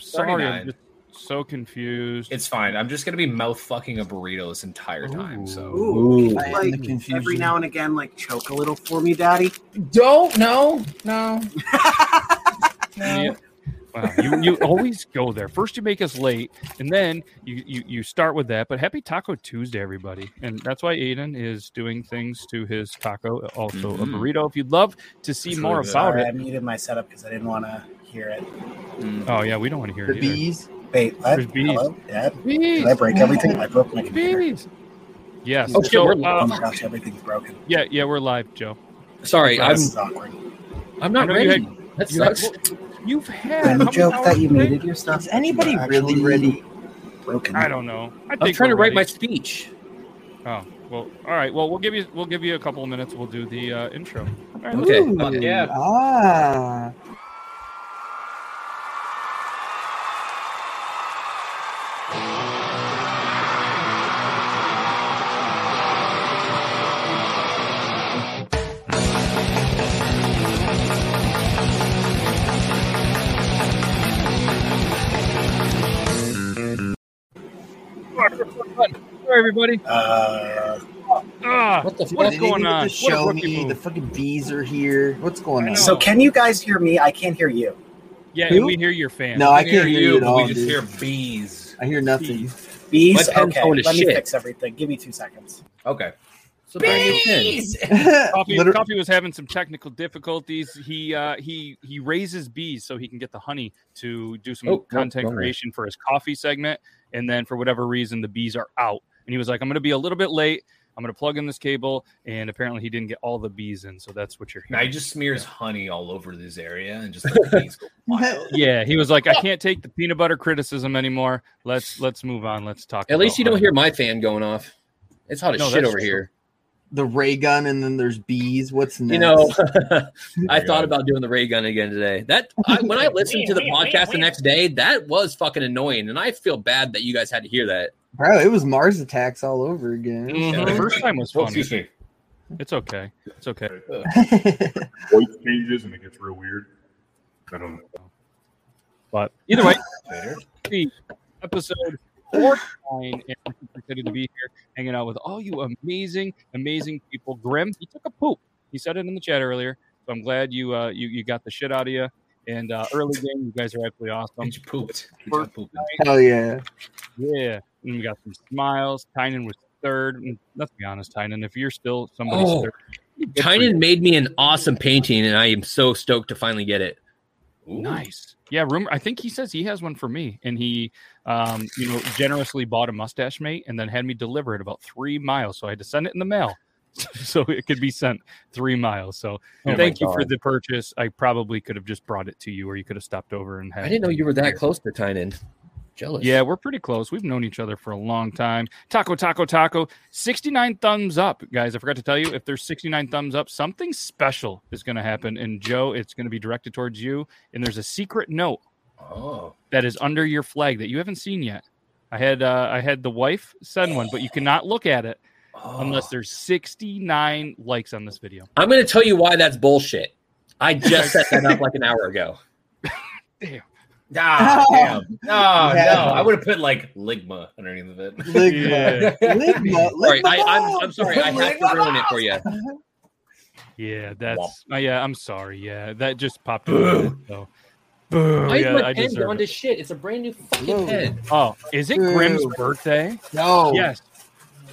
sorry, I'm 39. just so confused. It's fine. I'm just gonna be mouth fucking a burrito this entire time. So Ooh, Ooh. I am Like, the confusion. Every now and again, like choke a little for me, Daddy. don't no no. Yeah. Wow, you, you always go there. First, you make us late, and then you, you you start with that. But happy Taco Tuesday, everybody! And that's why Aiden is doing things to his taco, also a Mhm. burrito. If you'd love to see It's more really good. about Sorry, I it, muted my setup because I didn't want to hear it. Mm. oh yeah, we don't want to hear The it either. bees. Wait, what? There's bees. Hello, Dad? Did I Bees, break everything? I broke my computer. bees. Yes. Oh, shit, so, we're Oh um, my gosh, everything's broken. yeah, yeah, we're live, Joe. Sorry, I'm This is awkward. I'm not I know you ready. That You had, sucks. you've had Any how many joke that hours you today? muted your stuff? Is anybody You're really actually ready? Broken. I don't know. I think I'm trying to we're write my ready. speech. Oh well, all right. Well, we'll give you we'll give you a couple of minutes. We'll do the uh, intro. All right, Okay. Uh, yeah. Ah. Hello, everybody. Uh, Ah, What the Dude, fuck? What's they going on? didn't even What a Show rookie me. move. The fucking bees are here. What's going I on? know. so, can you guys hear me? I can't hear you. yeah, Who? and we hear your fans. No, I can't hear you at but all. we just dude. hear bees. I hear nothing. Bees. My pen's Okay, going to let me shit. fix everything. Give me two seconds. Okay. So bring your pen. Coffee, Liter- Coffee was having some technical difficulties. He uh, he he raises bees so he can get the honey to do some Oh, no, content wrong way. creation for his coffee segment. And then for whatever reason, the bees are out. And he was like, "I'm going to be a little bit late. I'm going to plug in this cable." And apparently, he didn't get all the bees in. So that's what you're Now he hearing. just smears honey all over this area and just like, bees go wild. yeah, he was like, "I can't take the peanut butter criticism anymore. Let's let's move on. Let's talk." At least about you don't Ryan." hear my fan going off. It's hot as Oh, No, shit that's over true. here. the ray gun, and then there's bees. What's next? You know, I God. thought about doing the ray gun again today. That I, when I listened to the podcast the next day, that was fucking annoying, and I feel bad that you guys had to hear that. bro, it was Mars attacks all over again. It was Mhm. The first time was Oh, fun. excuse me. It's okay. It's okay. Mm. voice changes and it gets real weird. I don't know. But either way, Later. episode 49. And I'm excited to be here hanging out with all you amazing, amazing people. Grim, he took a poop. He said it in the chat earlier. So I'm glad you uh, you, you got the shit out of you. And uh, early game, you guys are absolutely awesome. Bitch pooped. Bitch, I pooped. Hell yeah. Yeah. And we got some smiles. Tynan was third. And let's be honest, Tynan, if you're still somebody's Oh, third, good for you. Tynan made me an awesome painting, and I am so stoked to finally get it. Ooh. Nice. Yeah, rumor. I think he says he has one for me, and he, um, you know, generously bought a mustache mate, and then had me deliver it about three miles. So I had to send it in the mail, so it could be sent three miles. So Oh my thank you for God. the purchase. I probably could have just brought it to you, or you could have stopped over and had. I it didn't know delivered you were that here. close to Tynan. Jealous. Yeah, we're pretty close. We've known each other for a long time. Taco, taco, taco. 69 thumbs up, guys. I forgot to tell you, if there's 69 thumbs up, something special is going to happen. And Joe, it's going to be directed towards you. And there's a secret note Oh. that is under your flag that you haven't seen yet. I had uh, I had the wife send one, but you cannot look at it Oh. unless there's 69 likes on this video. I'm going to tell you why that's bullshit. I just set that up like an hour ago. Ah, damn. No, Yeah. no. I would have put like Ligma underneath of it. Ligma. Yeah. Ligma. Sorry, Ligma I, I'm, I'm bomb! sorry. I had to ruin it for you. Yeah, that's uh, yeah. I'm sorry. Yeah, that just popped. in my head, So, Why is Oh, yeah, my I pen deserve gone it. to shit? It's a brand new Whoa. fucking pen. Oh, is it Grimm's Boo. birthday? No. Yes.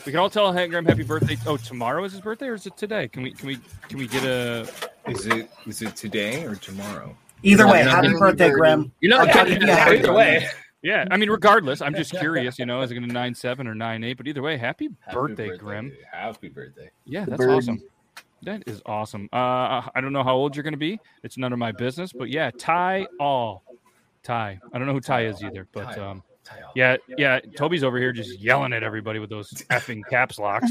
We can all tell hey, Grim happy birthday. Oh, tomorrow is his birthday, or is it today? Can we can we can we get a? Is it is it today or tomorrow? Either Yeah, way, not happy really birthday, dirty. Graham. You're not I'll getting give you a happy Either way. Yeah, I mean, regardless, I'm just curious. You know, is it going to nine seven or nine eight? But either way, happy, birthday, Grim. dude. Happy birthday. Yeah, The that's bird. awesome. That is awesome. Uh, I don't know how old you're going to be. It's none of my business. But yeah, Ty all. Ty. I don't know who Ty is either. But Ty. um, Ty Hall. yeah, yeah. Toby's over here just yelling at everybody with those effing caps locks.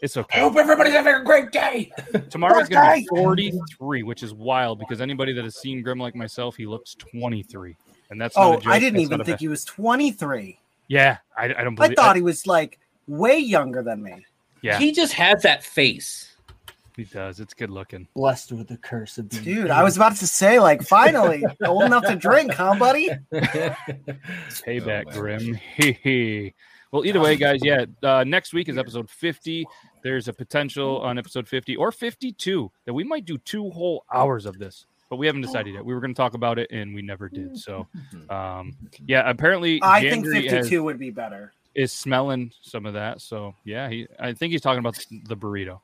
It's I okay. Oh, hope everybody's having a great day. Tomorrow's going to be 43, which is wild because anybody that has seen Grim like myself, he looks 23. And that's not a Oh, joke. I didn't That's even not a think fa- he was 23. Yeah, I, I don't believe I thought he was like way younger than me. Yeah. He just has that face. He does. It's good looking. Blessed with the curse of being Dude, I was about to say, like, finally, old enough to drink, huh, buddy? Payback, Oh, man. Grim. Hee hee. Well, either way, guys, yeah, uh, next week is episode 50. There's a potential on episode 50 or 52 that we might do two whole hours of this, but we haven't decided yet. We were going to talk about it and we never did. So, um, yeah, apparently, I think Jandry has- 52 would be better. is smelling some of that. So, yeah, he, I think he's talking about the burrito.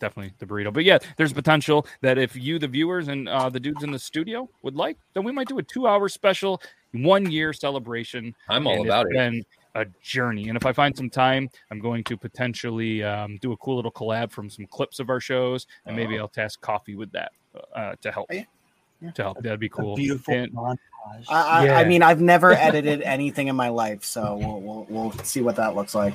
Definitely the burrito. But yeah, there's potential that if you, the viewers, and uh, the dudes in the studio would like, then we might do a two hour special, one year celebration I'm all and about it's it. Been a journey, and if I find some time, I'm going to potentially um, do a cool little collab from some clips of our shows, and maybe Oh. I'll task coffee with that uh, to help. Yeah. To help, that'd be cool. Oh, a beautiful And- montage. I, I, I Yeah. mean, I've never edited anything in my life, so we'll, we'll, we'll see what that looks like.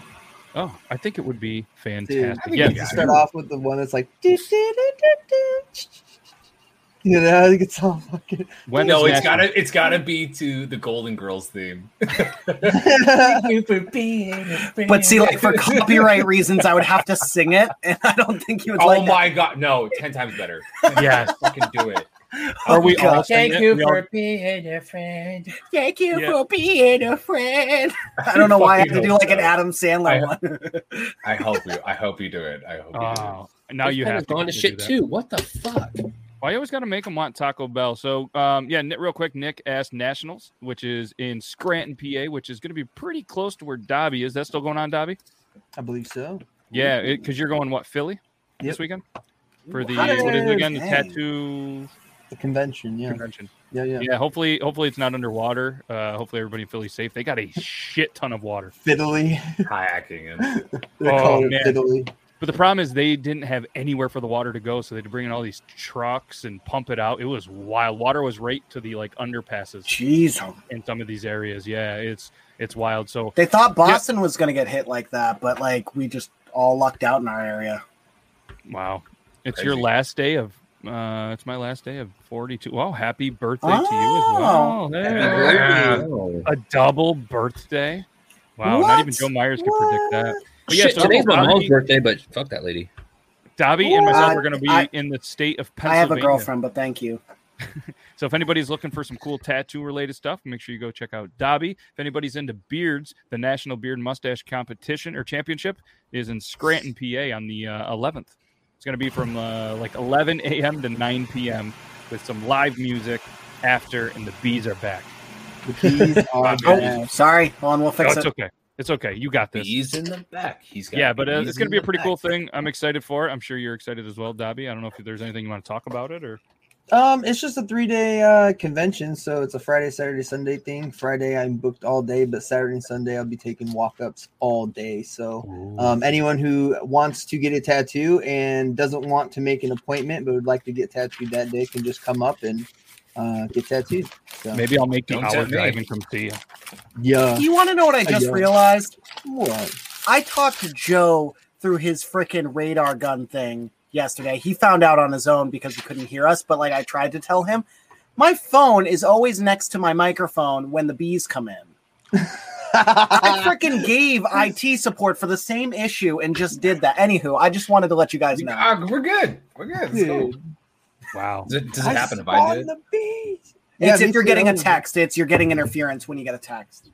oh, I think it would be Dude, fantastic. I think yeah, you should start off with the one that's like, do, do, do, do, do. you know, I think it's all fucking. when no, is it's National- gotta it's gotta be to the Golden Girls theme. But but see, like, for copyright reasons, I would have to sing it, and I don't think you would Oh like that. my god, no, ten times better. Yes. Fucking do it. Are we God. all? saying it? We all- being a friend. Thank you Yeah. for being a friend. I don't know why I have to Fucking do like an hope so. Adam I- Sandler one. I hope you I hope you do it. I hope you do it. Oh, now you have to gone to do shit that. too. What the fuck? Well, I always got to make them want Taco Bell. So, um, yeah, Nick- real quick, Nick asked Nationals, which is in Scranton, PA, which is going to be pretty close to where Dobby is. That still going on, Dobby? I believe so. Yeah, because you're going what Philly this Yep. weekend for the Yes, what is it again the dang. tattoo The convention, yeah, convention. yeah, yeah. Yeah. hopefully, hopefully it's not underwater. Uh, hopefully everybody in Philly's safe. They got a shit ton of water, Fiddly, Kayaking and they're Oh, calling it man. fiddly. but the problem is they didn't have anywhere for the water to go, so they had to bring in all these trucks and pump it out. It was wild. Water was right to the like underpasses Jeez, in some of these areas. Yeah, it's it's wild. So they thought Boston was gonna get hit like that, but like we just all lucked out in our area. wow, it's Crazy. your last day of. Uh, it's my last day of 42. Wow, happy birthday to Oh. you as well. Hey. A double birthday. Wow, not even What? Joe Myers could predict that. But yeah, Shit, so today's my mom's Dobby, birthday, but fuck that lady. Dobby and myself What? are going to be I- in the state of I Pennsylvania. have a girlfriend, but thank you. So if anybody's looking for some cool tattoo related stuff, make sure you go check out Dobby. If anybody's into beards, the National Beard Mustache Competition or Championship is in Scranton, PA on the uh, 11th. It's going to be from uh, like 11 a.m. to 9 p.m. with some live music after, and the bees are back. The bees are Oh, bad. sorry. Hold on, we'll Oh, fix it's it. okay. It's okay. You got this. bees in the back. He's got yeah, but uh, bees it's going to in be a the pretty back. cool thing. I'm excited for it. I'm sure you're excited as well, Dobby. I don't know if there's anything you want to talk about it or. Um, it's just a three-day uh, convention, so it's a Friday, Saturday, Sunday thing. Friday, I'm booked all day, but Saturday and Sunday, I'll be taking walk-ups all day. So, Uh, Um, anyone who wants to get a tattoo and doesn't want to make an appointment but would like to get tattooed that day can just come up and uh, get tattooed. So, Maybe I'll make the Don't hour tempt me. drive and come see you. yeah. You want to know what I just yeah. realized? What? I talked to Joe through his freaking radar gun thing yesterday. He found out on his own because he couldn't hear us, but like I tried to tell him, my phone is always next to my microphone when the bees come in. I freaking gave IT support for the same issue and just did that. Anywho, I just wanted to let you guys know. Ah, we're good. We're good. Let's go. Dude, Wow. Does it, does it I happen if I do spawned it? the bees. It's Yeah, if me you're too. getting a text, it's you're getting interference when you get a text.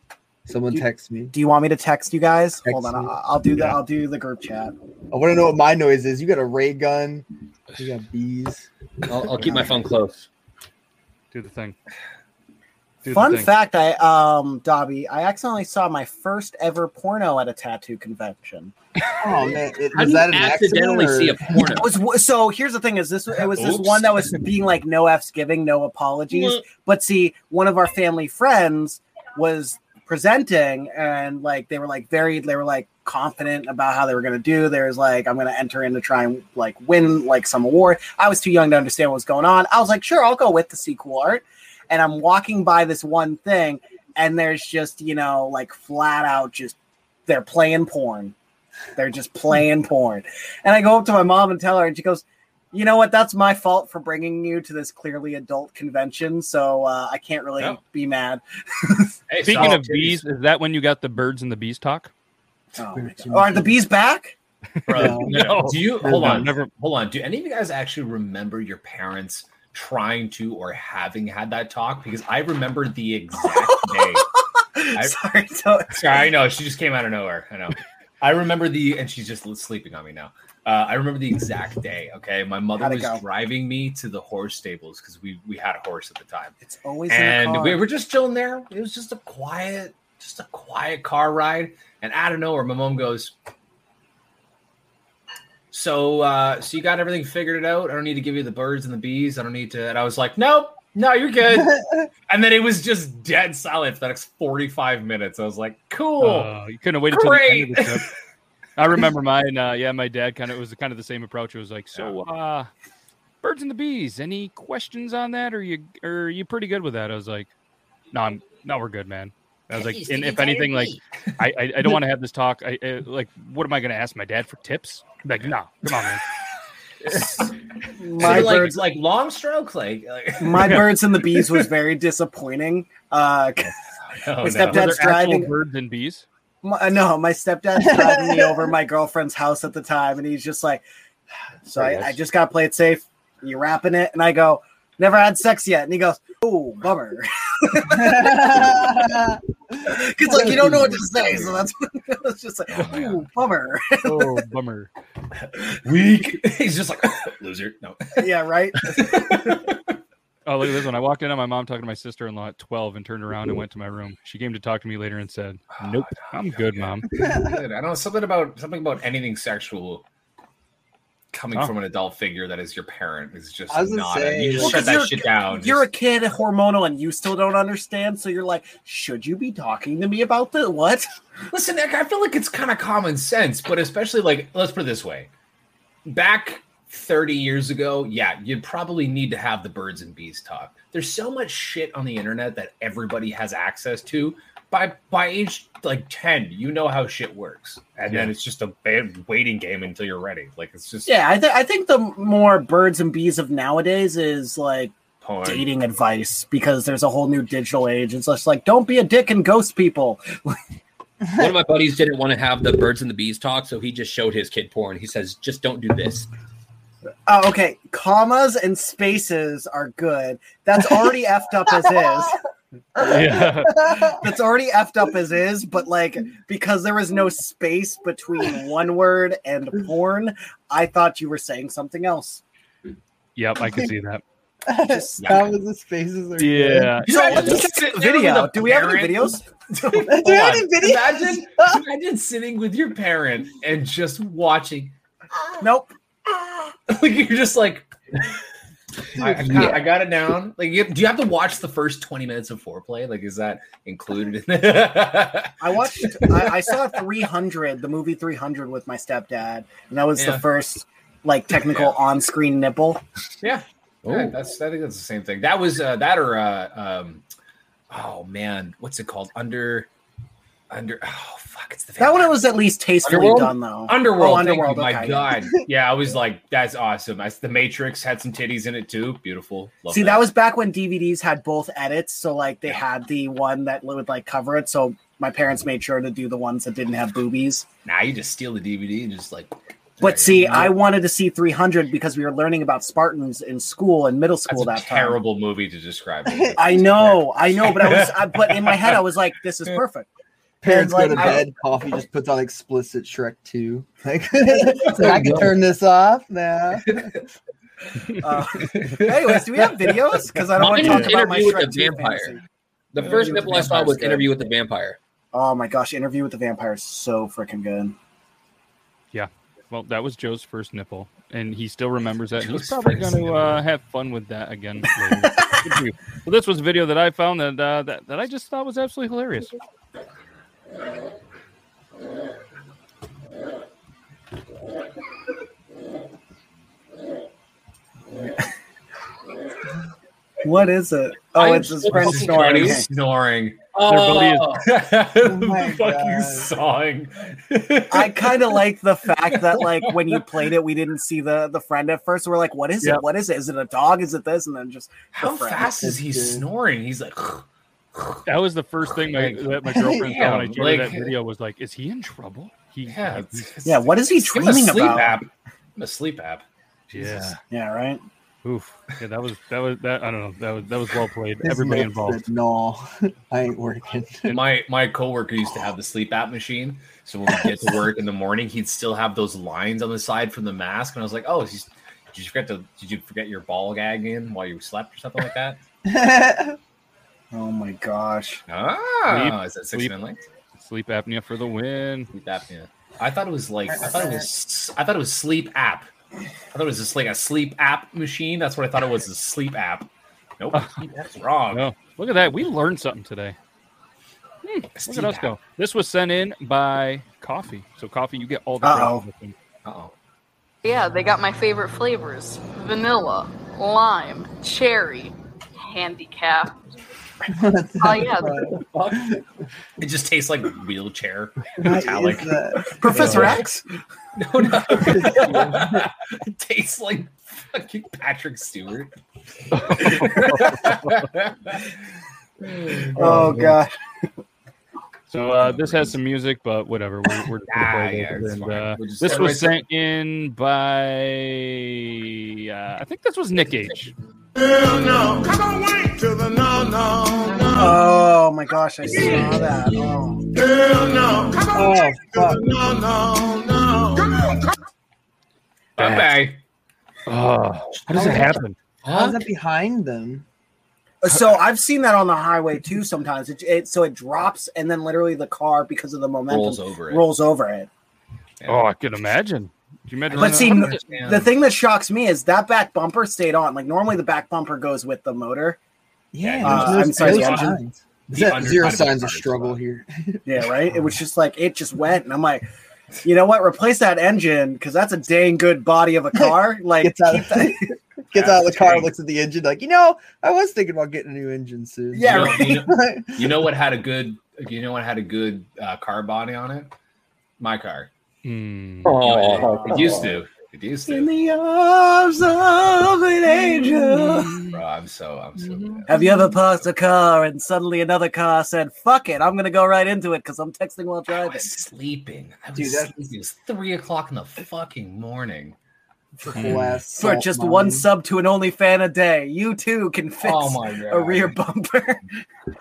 Someone You- text me. Do you want me to text you guys? Hold on, Text me. I'll, I'll do the Yeah. I'll do the group chat. I want to know what my noise is. You got a ray gun. You got bees. I'll, I'll keep my phone close. Do the thing. Do the Fun thing. fact, I um Dobby, I accidentally saw my first ever porno at a tattoo convention. Oh man, it, How was do you that an accidentally accident see a or- porno? It was so here's the thing: is this it was this Oops. one that was being like no f's giving, no apologies. But see, one of our family friends was presenting, and like they were like very they were like confident about how they were going to do. There was like I'm going to enter in to try and like win like some award. I was too young to understand what was going on. I was like, sure, I'll go with the sequel art. And I'm walking by this one thing, and there's just you know like flat out just they're playing porn. They're just playing porn. And I go up to my mom and tell her, and she goes, "You know what? That's my fault for bringing you to this clearly adult convention. So uh, I can't really Yeah. be mad." Hey, Speaking solid of bees, is that when you got the birds and the bees talk? Oh, my God. Are the bees back? Bro, No. No. do you hold No, on? never- Hold on. Do any of you guys actually remember your parents trying to or having had that talk? Because I remember the exact day. Sorry, so Sorry, I know she just came out of nowhere. I know. I remember the, and she's just sleeping on me now. Uh, I remember the exact day. Okay, my mother How'd it was go? driving me to the horse stables because we we had a horse at the time, it's always in the and car. we were just chilling there. It was just a quiet, just a quiet car ride, and out of nowhere, my mom goes. So, uh, so you got everything figured it out? I don't need to give you the birds and the bees. I don't need to. And I was like, nope, no, you're good. and then it was just dead silent for the next 45 minutes. I was like, cool. Oh, you couldn't have waited till the end of the trip. I remember mine. Uh, yeah, my dad kind of it was kind of the same approach. It was like, so uh, birds and the bees. Any questions on that? Or you or are you pretty good with that? I was like, no, I'm no, we're good, man. I was like, and if anything, like I I, I don't want to have this talk. I, I like, what am I going to ask my dad for tips? Like, no, come on, man. my So, like, birds, like long stroke, like, like my birds and the bees was very disappointing. Uh, oh, My no. stepdad- Were there Dad's actual driving- birds and bees. My, uh, no, my stepdad's driving me over my girlfriend's house at the time, and he's just like, "So There it I, I is. just got to play it safe. You wrapping it?" And I go, "Never had sex yet." And he goes, "Oh, bummer," because like you don't know what to say, so that's it's just like, Oh, man. "Ooh, bummer." Oh, bummer. weak. He's just like loser. No, yeah, right. Oh, look at this one. I walked in on my mom talking to my sister in law at 12 and turned around and went to my room. She came to talk to me later and said, Ah, Nope, I'm good, mom. Good. I don't know something about something about anything sexual coming Huh. from an adult figure that is your parent is just I was gonna not. say, you just Well, shut 'cause that you're- shit down. You're a Just- kid, hormonal, and you still don't understand. So you're like, "Should you be talking to me about the what?" listen. Nick, I feel like it's kind of common sense, but especially like let's put it this way: back 30 years ago, yeah, you'd probably need to have the birds and bees talk. There's so much shit on the internet that everybody has access to. By by age like 10, you know how shit works, and then Yeah. it's just a bad waiting game until you're ready. Like it's just Yeah, I, th- I think the more birds and bees of nowadays is like. porn. dating advice because there's a whole new digital age. It's just like don't be a dick and ghost people. One of my buddies didn't want to have the birds and the bees talk, so he just showed his kid porn. He says, "Just don't do this." Oh, okay, commas and spaces are good. That's already effed up as is. Yeah. That's already effed up as is. But like because there was no space between one word and porn, I thought you were saying something else. yep, I can see that. Just- That was the spaces. are good. Yeah. You know, Let's just sit check the there with video. a Do we have any parent. videos? Do you Hold have any on. videos? Imagine, imagine sitting with your parent and just watching. Nope. Like you're just like, I, I, kinda- I got it down. Like, you, do you have to watch the first twenty minutes of foreplay? Like, is that included? In I watched. I, I saw 300, the movie 300, with my stepdad, and that was Yeah. the first like technical Yeah. on-screen nipple. Yeah, that's. I think that's the same thing. That was uh, that or uh, um, oh man, what's it called? Under, under. Oh fuck, it's the That one was at least tastefully Underworld? done, though. Underworld, Oh, thank you, Underworld, my okay. god, yeah, I was like, that's awesome. I, the Matrix had some titties in it too. Beautiful. Love See, that. was back when DVDs had both edits, so like they had the one that would like cover it. So my parents made sure to do the ones that didn't have boobies. Now you just steal the DVD and just like. But see, I was wanted to see 300 because we were learning about Spartans in school in middle school That's a that time. terrible movie to describe. it. I know, I know, but I was, I, but in my head, I was like, "This is perfect." Parents Like, go to I- bed. coffee just puts on explicit Shrek 2. Like, it's like, I can turn this off now. Uh, anyways, do we have videos? Because I don't want Mine to talk is about my Interview with Shrek the 2 Vampire. fantasy. The Yeah, first Interview with nipple the I saw Vampire's was good. Interview with the Vampire. Oh my gosh, Interview with the Vampire is so freaking good. Well, that was Joe's first nipple, and he still remembers that. Joe's He's probably first going to uh, nipple. have fun with that again. later. Good for you. well, this was a video that I found that, uh, that that I just thought was absolutely hilarious. What is it? Oh, I'm it's his so friend confused. snoring. He's snoring. Oh. my the fucking God. sawing. I kind of like the fact that like when you played it, we didn't see the the friend at first. We're like, what is Yep. it? What is it? Is it a dog? Is it this? And then just How the friend. fast is he Dude. snoring? He's like. That was the first thing my, that my girlfriend saw when I Damn, showed her that like- video was like, "Is he in trouble?" He, Yeah, he- it's- it's- Yeah, what is he give him a dreaming sleep about? app. Give him A sleep app. yeah. Jesus. Yeah, right. Oof. Yeah, that was that was that. I don't know. That was that was well played. His Everybody lip involved. said, no, I ain't working. My my coworker used to have the sleep app machine, so when we get to work in the morning, he'd still have those lines on the side from the mask, and I was like, "Oh, is he- did you forget to did you forget your ball gag in while you slept or something like that?" Oh my gosh. Ah, is that six sleep. minute length? Sleep apnea for the win. Sleep apnea. I thought it was like I thought it was I thought it was sleep app. I thought it was just like a sleep app machine. That's what I thought it was a sleep app. Nope, that's wrong. No, look at that. We learned something today. Look at us go. This was sent in by Coffee. So Coffee, you get all the. Uh-oh. credit for this one. Uh Yeah, they got my favorite flavors vanilla, lime, cherry, handicap. Oh, yeah. oh, it just tastes like wheelchair. What Metallic. is that? Professor Yeah. X. No, no. it tastes like fucking Patrick Stewart. Oh god. So uh, this has some music, but whatever. We're, we're just gonna Ah, play this. yeah, it's And, fine. uh, We'll just this start was right sent in by uh, I think this was Nick H. Come on, wait till the no, no, no. Oh my gosh, I saw that. Oh. Hell no. Come on, Oh, wait till fuck. the no, no, no. Come on, come Bye bye. Oh, how does it happen? How's that behind them? So I've seen that on the highway too. Sometimes it, it so it drops and then literally the car because of the momentum Rolls over it. rolls over it. Oh, I can imagine. Do you imagine? But running see, out- n- The thing that shocks me is that back bumper stayed on. Like normally the back bumper goes with the motor. Yeah, Uh, there's no- I'm sorry, no the engine- signs. the Zero- underside Zero of the signs car of is struggle fine. here. Yeah, right. It was just like it just went, and I'm like, you know what? Replace that engine because that's a dang good body of a car. Like Gets out, keep of, that. gets out of the car, Dang. looks at the engine, like you know, I was thinking about getting a new engine soon. Yeah, You know- you know- right. You know what had a good? You know what had a good uh, car body on it? My car. Hmm. Oh, It used to. It used to. In the arms of an angel. Bro, I'm so. I'm so. Bad. Have you ever passed a car and suddenly another car said, "Fuck it, I'm gonna go right into it" because I'm texting while I driving? was sleeping. I was Dude, that- sleeping. It was three o'clock in the fucking morning. Glass For salt just mine. one sub to an OnlyFan a day, you too can fix Oh my god. a rear bumper.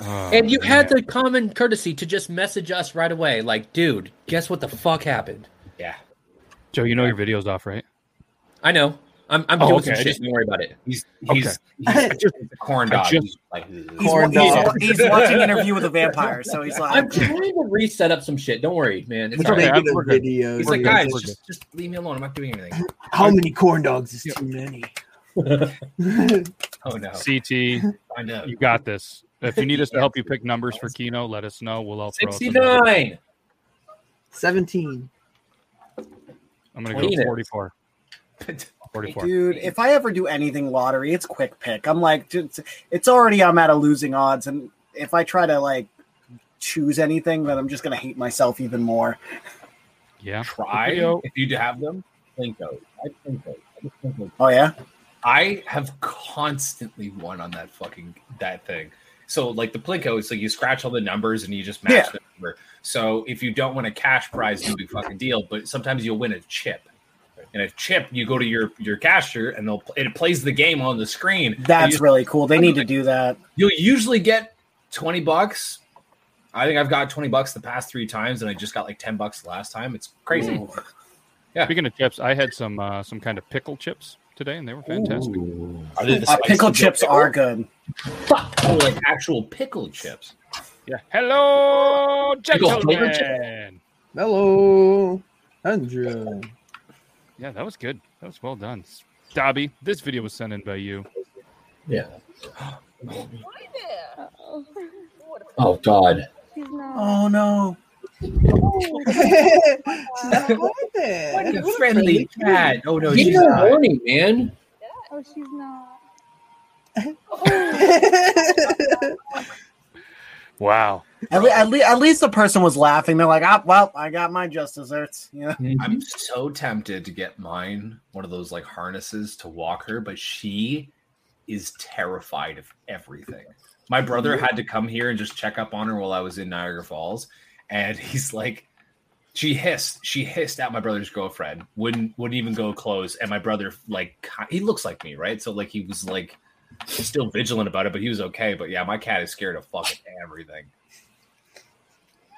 Hmm. Uh, And you had the common courtesy to just message us right away, like, dude, guess what the fuck happened? Yeah. Joe, you know your video's off, right? I know. I'm, I'm Oh, doing okay. some shit. Don't worry about it. He's Okay. he's, he's a corn I dog. just- He's like, He's, Corn he's- dog. he's watching Interview with a Vampire, so he's I'm like, trying to reset up some shit. Don't worry, man. It's It's all okay. right. Making I'm- we're a good. video. He's We're like, good, guys, we're good." just, just leave me alone. I'm not doing anything. How many corn dogs is too many? Oh no, CT, you I know. got this. If you need us to help you pick numbers for Kino, let us know. We'll help. throw out some numbers. 69. Seventeen. I'm gonna go Clean it. 44. 44. Dude, if I ever do anything lottery, it's quick pick. I'm like, dude, it's- it's already I'm at a losing odds, and if I try to like choose anything, then I'm just gonna hate myself even more. Yeah. Try Video. if you do have them. Think those. I think those. I just think those. Oh yeah, I have constantly won on that fucking that thing. So like the Plinko, it's like you scratch all the numbers and you just match Yeah. the number. So if you don't win a cash prize, no big fucking deal. But sometimes you'll win a chip. And a chip, you go to your your cashier and they'll it plays the game on the screen. And that's you- really cool. They need to do that. you'll usually get 20 bucks. I think I've got 20 bucks the past three times, and I just got like 10 bucks the last time. It's crazy. Speaking of chips, I had some uh, some kind of pickle chips today, and they were fantastic. Are they the Uh, spicy pickle dill chips pickle? are good. Oh, like actual pickle chips. Yeah. Hello, Pickle flavored gentlemen. Hello, Andrew. Yeah, that was good. That was well done, Dobby. This video was sent in by you. Yeah. Hi there. Oh, God. He's not. Oh no, Friendly cat. Oh, no, Give she's me a not. warning, man. Oh, she's not. Wow. at, le- at, le- at least the person was laughing. They're like, ah, well, I got my just desserts. You know, I'm so tempted to get mine one of those like harnesses to walk her, but she is terrified of everything. My brother had to come here and just check up on her while I was in Niagara Falls, and he's like, she hissed, she hissed at my brother's girlfriend, wouldn't wouldn't even go close, and my brother like ki- he looks like me, right? So like he was like still vigilant about it, but he was okay. But yeah, my cat is scared of fucking everything.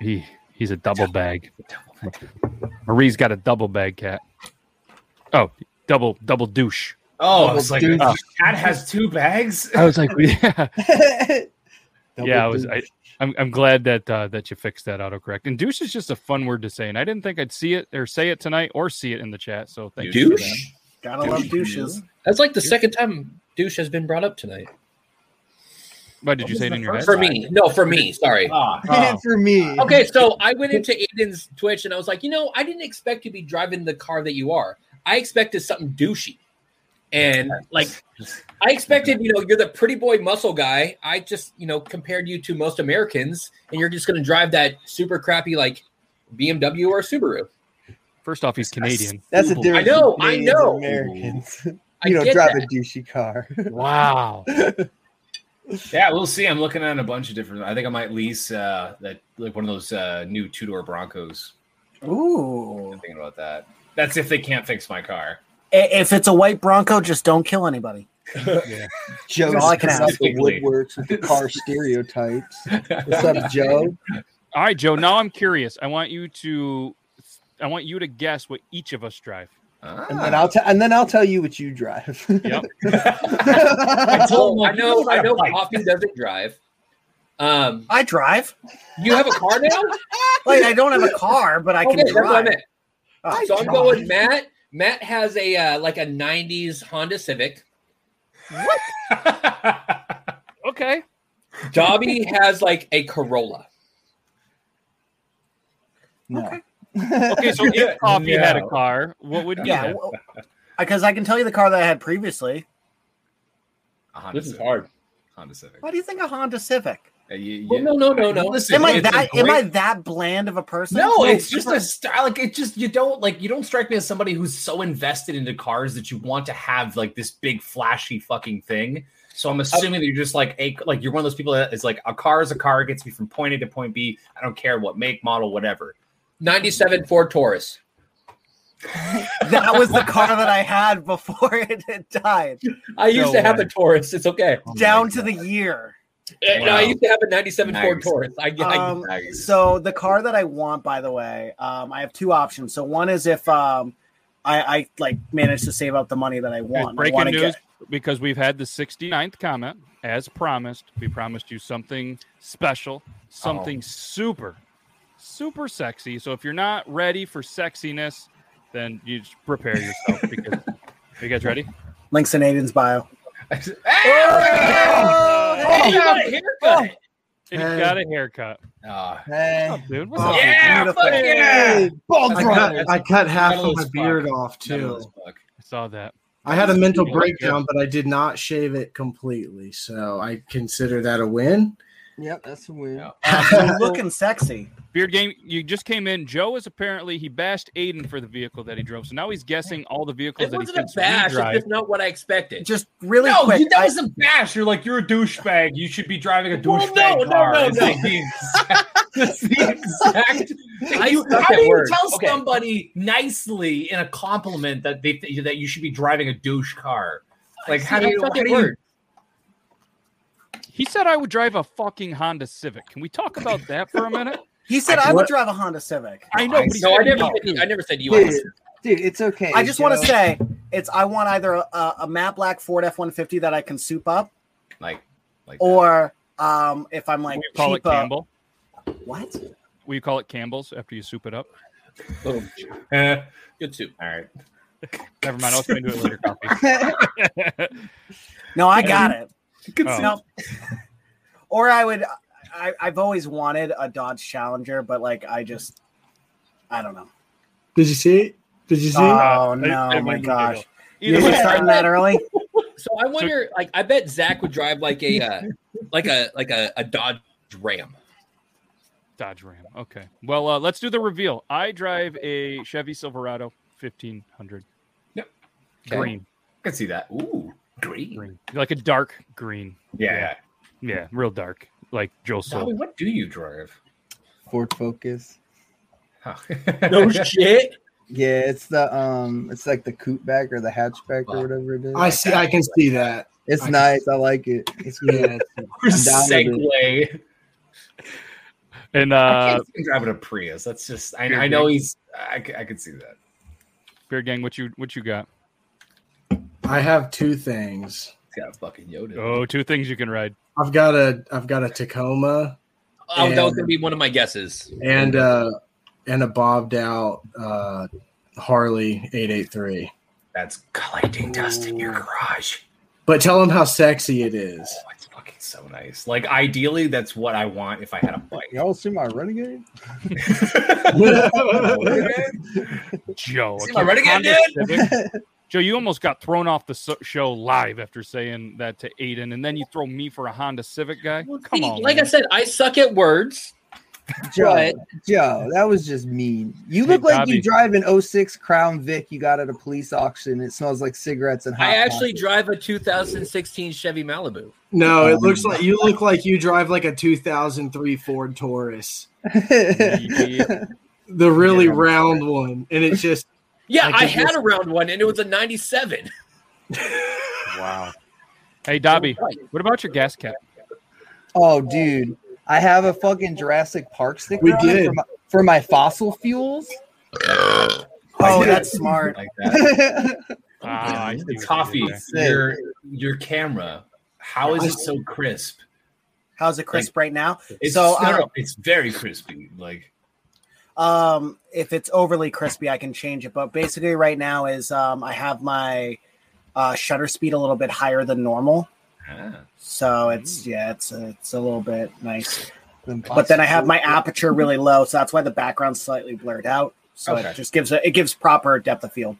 He he's a double bag. Marie's got a double bag cat. Oh, double double douche. Oh, I Double was like, douche. "Your cat has two bags. I was like, yeah, yeah. I was. Double I, I'm I'm glad that uh, that you fixed that autocorrect. And douche is just a fun word to say, and I didn't think I'd see it or say it tonight or see it in the chat. So thank you. for that. Douche. Gotta love douches. That's like the second time douche has been brought up tonight. Why did What you was say it the in your head? first For me, no, for me. Sorry. Ah, douche. for me. Okay, so I went into Aiden's Twitch and I was like, you know, I didn't expect to be driving the car that you are. I expected something douchey. And like I expected, you know, you're the pretty boy muscle guy. I just, you know, compared you to most Americans, and you're just gonna drive that super crappy like BMW or Subaru. First off, he's Canadian. That's a difference. I know, I between Canadians and know. Americans. I you don't get drive that. a douchey car. Wow. Yeah, we'll see. I'm looking at a bunch of different. I think I might lease uh, that like one of those uh, new two door Broncos. Ooh. Thinking about that. That's if they can't fix my car. I- If it's a white Bronco, just don't kill anybody. Joe's all I can coming out the ask. woodworks with the car stereotypes. What's up, Joe? All right, Joe. Now I'm curious. I want you to, I want you to guess what each of us drive. And Ah. then I'll tell and then I'll tell you what you drive. Yep. Oh, I him, know, "You're I not know a bike." coffee doesn't drive. Um, I drive. you have a car now? Like I don't have a car, but I can Okay, that's what I drive. Oh. meant. I so I'm drive. going Matt. Matt has a uh, like a 90s Honda Civic. Okay. Dobby has like a Corolla. No. Okay. So if Coffee had a car, what would he Yeah, have? because I can tell you the car that I had previously. A Honda This is Civic. hard. Honda Civic. Why do you think a Honda Civic? Uh, you- you- Well, no, no, no, no. Listen, Am I it's a that am great- I that bland of a person? No, it's just a style. Like it just you don't like you don't strike me as somebody who's so invested into cars that you want to have like this big flashy fucking thing. So I'm assuming that you're just like a like you're one of those people that is like a car is a car it gets me from point A to point B. I don't care what make, model, whatever. 97 Ford Taurus. that was the car that I had before it had died, Oh I used No to have way. a Taurus. It's okay. down to the year. Eh, No, I used to have a 97 Ford Nice. Taurus. I, I Um, nice. so the car that I want, by the way, um, I have two options. So one is if um, I, I like manage to save up the money that I Guys, want. I breaking wanna news get- because we've had the 69th comment as promised. We promised you something special, Oh. something super, super sexy. So if you're not ready for sexiness, then you just prepare yourself. Because are you guys ready? links in Aiden's bio. Oh, Hey, you got a haircut. He Hey. got a haircut. Ah, Hey. What's up, dude? What's Oh, up? Yeah, beautiful. fuck yeah. Hey, bald I brother. cut, I cut half Metal of as my fuck. beard off metal as too. fuck. I saw that. I had a mental Yeah. breakdown, but I did not shave it completely, so I consider that a win. Yep, that's weird. Yeah. You're looking sexy. Beard game, you just came in. Joe is apparently he bashed Aiden for the vehicle that he drove. So now he's guessing all the vehicles It that he wasn't a thinks we bash. It's drive. just not what I expected. Just really No, quick. you- that I- was a bash. You're like you're a douchebag. You should be driving a Well, douchebag no, no, car. no, It's no. like the exact- it's the exact I You- suck how at do you words. tell Okay. somebody nicely in a compliment that they that you should be driving a douche car? Like how do I'm you? How suck at do you words. He said I would drive a fucking Honda Civic. Can we talk about that for a minute? he said I, I- would what- drive a Honda Civic. I know, but he No, I said never, no. said, I never said you. Dude, dude, it's okay. I just want Joe. to say it's I want either a, a matte black Ford F one fifty that I can soup up, like like or um, if I'm like we call it cheap, uh, Campbell. What? We call it Campbell's after you soup it up. Boom. Eh. that. Good soup. All right. Never mind. I'll explain to it later. Coffee. No, I got it. Oh. No. Or I would. I, I've always wanted a Dodge Challenger, but like I just, I don't know. Did you see it? Did you see it? Oh it- no! it Oh my makes me gosh! Either You're way, starting that early. So I wonder, like, I bet Zach would drive like a, uh, like a, like a, a Dodge Ram. Dodge Ram. Okay. Well, uh, let's do the reveal. I drive a Chevy Silverado 1500. Yep. Green, I can see that. Ooh, green. green, like a dark green. Yeah. Yeah, real dark, like Joel Dobby, Soul. what do you drive? Ford Focus. Huh. No shit. Yeah, it's the um, it's like the coupe back or the hatchback or whatever it is. I see. I can see that. it's I- nice. I like it. It's good. Yeah. down with Segway. it. And I uh, can't see him driving a Prius. That's just. I, Here, I know Nick. he's. I, c- I could see that. Beard Gang, what you what you got? I have two things. He's got a fucking Yoda. Oh, two things you can ride. I've got a I've got a Tacoma Oh, that was And- gonna be one of my guesses. and uh and a bobbed out uh Harley 883. That's collecting dust in your garage. But tell them how sexy it is. Oh, it's fucking so nice. Like ideally, that's what I want if I had a bike. Y'all see my renegade? Joe, See my renegade, Honda dude? Civic. Joe, you almost got thrown off the so- show live after saying that to Aiden, and then you throw me for a Honda Civic guy. Come See, on, like man. I said, I suck at words. Joe, But- Joe, that was just mean. You Hey, look like Dobby. you drive an 06 Crown Vic you got at a police auction. It smells like cigarettes and hot I actually Pockets. drive a 2016 Chevy Malibu. No, it looks like you look like you drive like a 2003 Ford Taurus, Yeah. the really Yeah. round one, and it's just Yeah, Like, I it had was- a round one, and it was a 97. wow. Hey, Dobby, what about your gas cap? oh, dude. I have a fucking Jurassic Park sticker We on it did. For, my, for my fossil fuels. Oh, that's smart. Like that. Ah, I see what you did coffee. there. Your your camera. How is it so crisp? How's it crisp right now? It's So, so uh, it's very crispy. Like Um, if it's overly crispy, I can change it. But basically, right now is um, I have my uh, shutter speed a little bit higher than normal, ah, so it's yeah, it's it's a little bit nice. but But then I have my aperture really low, so that's why the background's slightly blurred out. So Okay. it just gives a, it gives proper depth of field.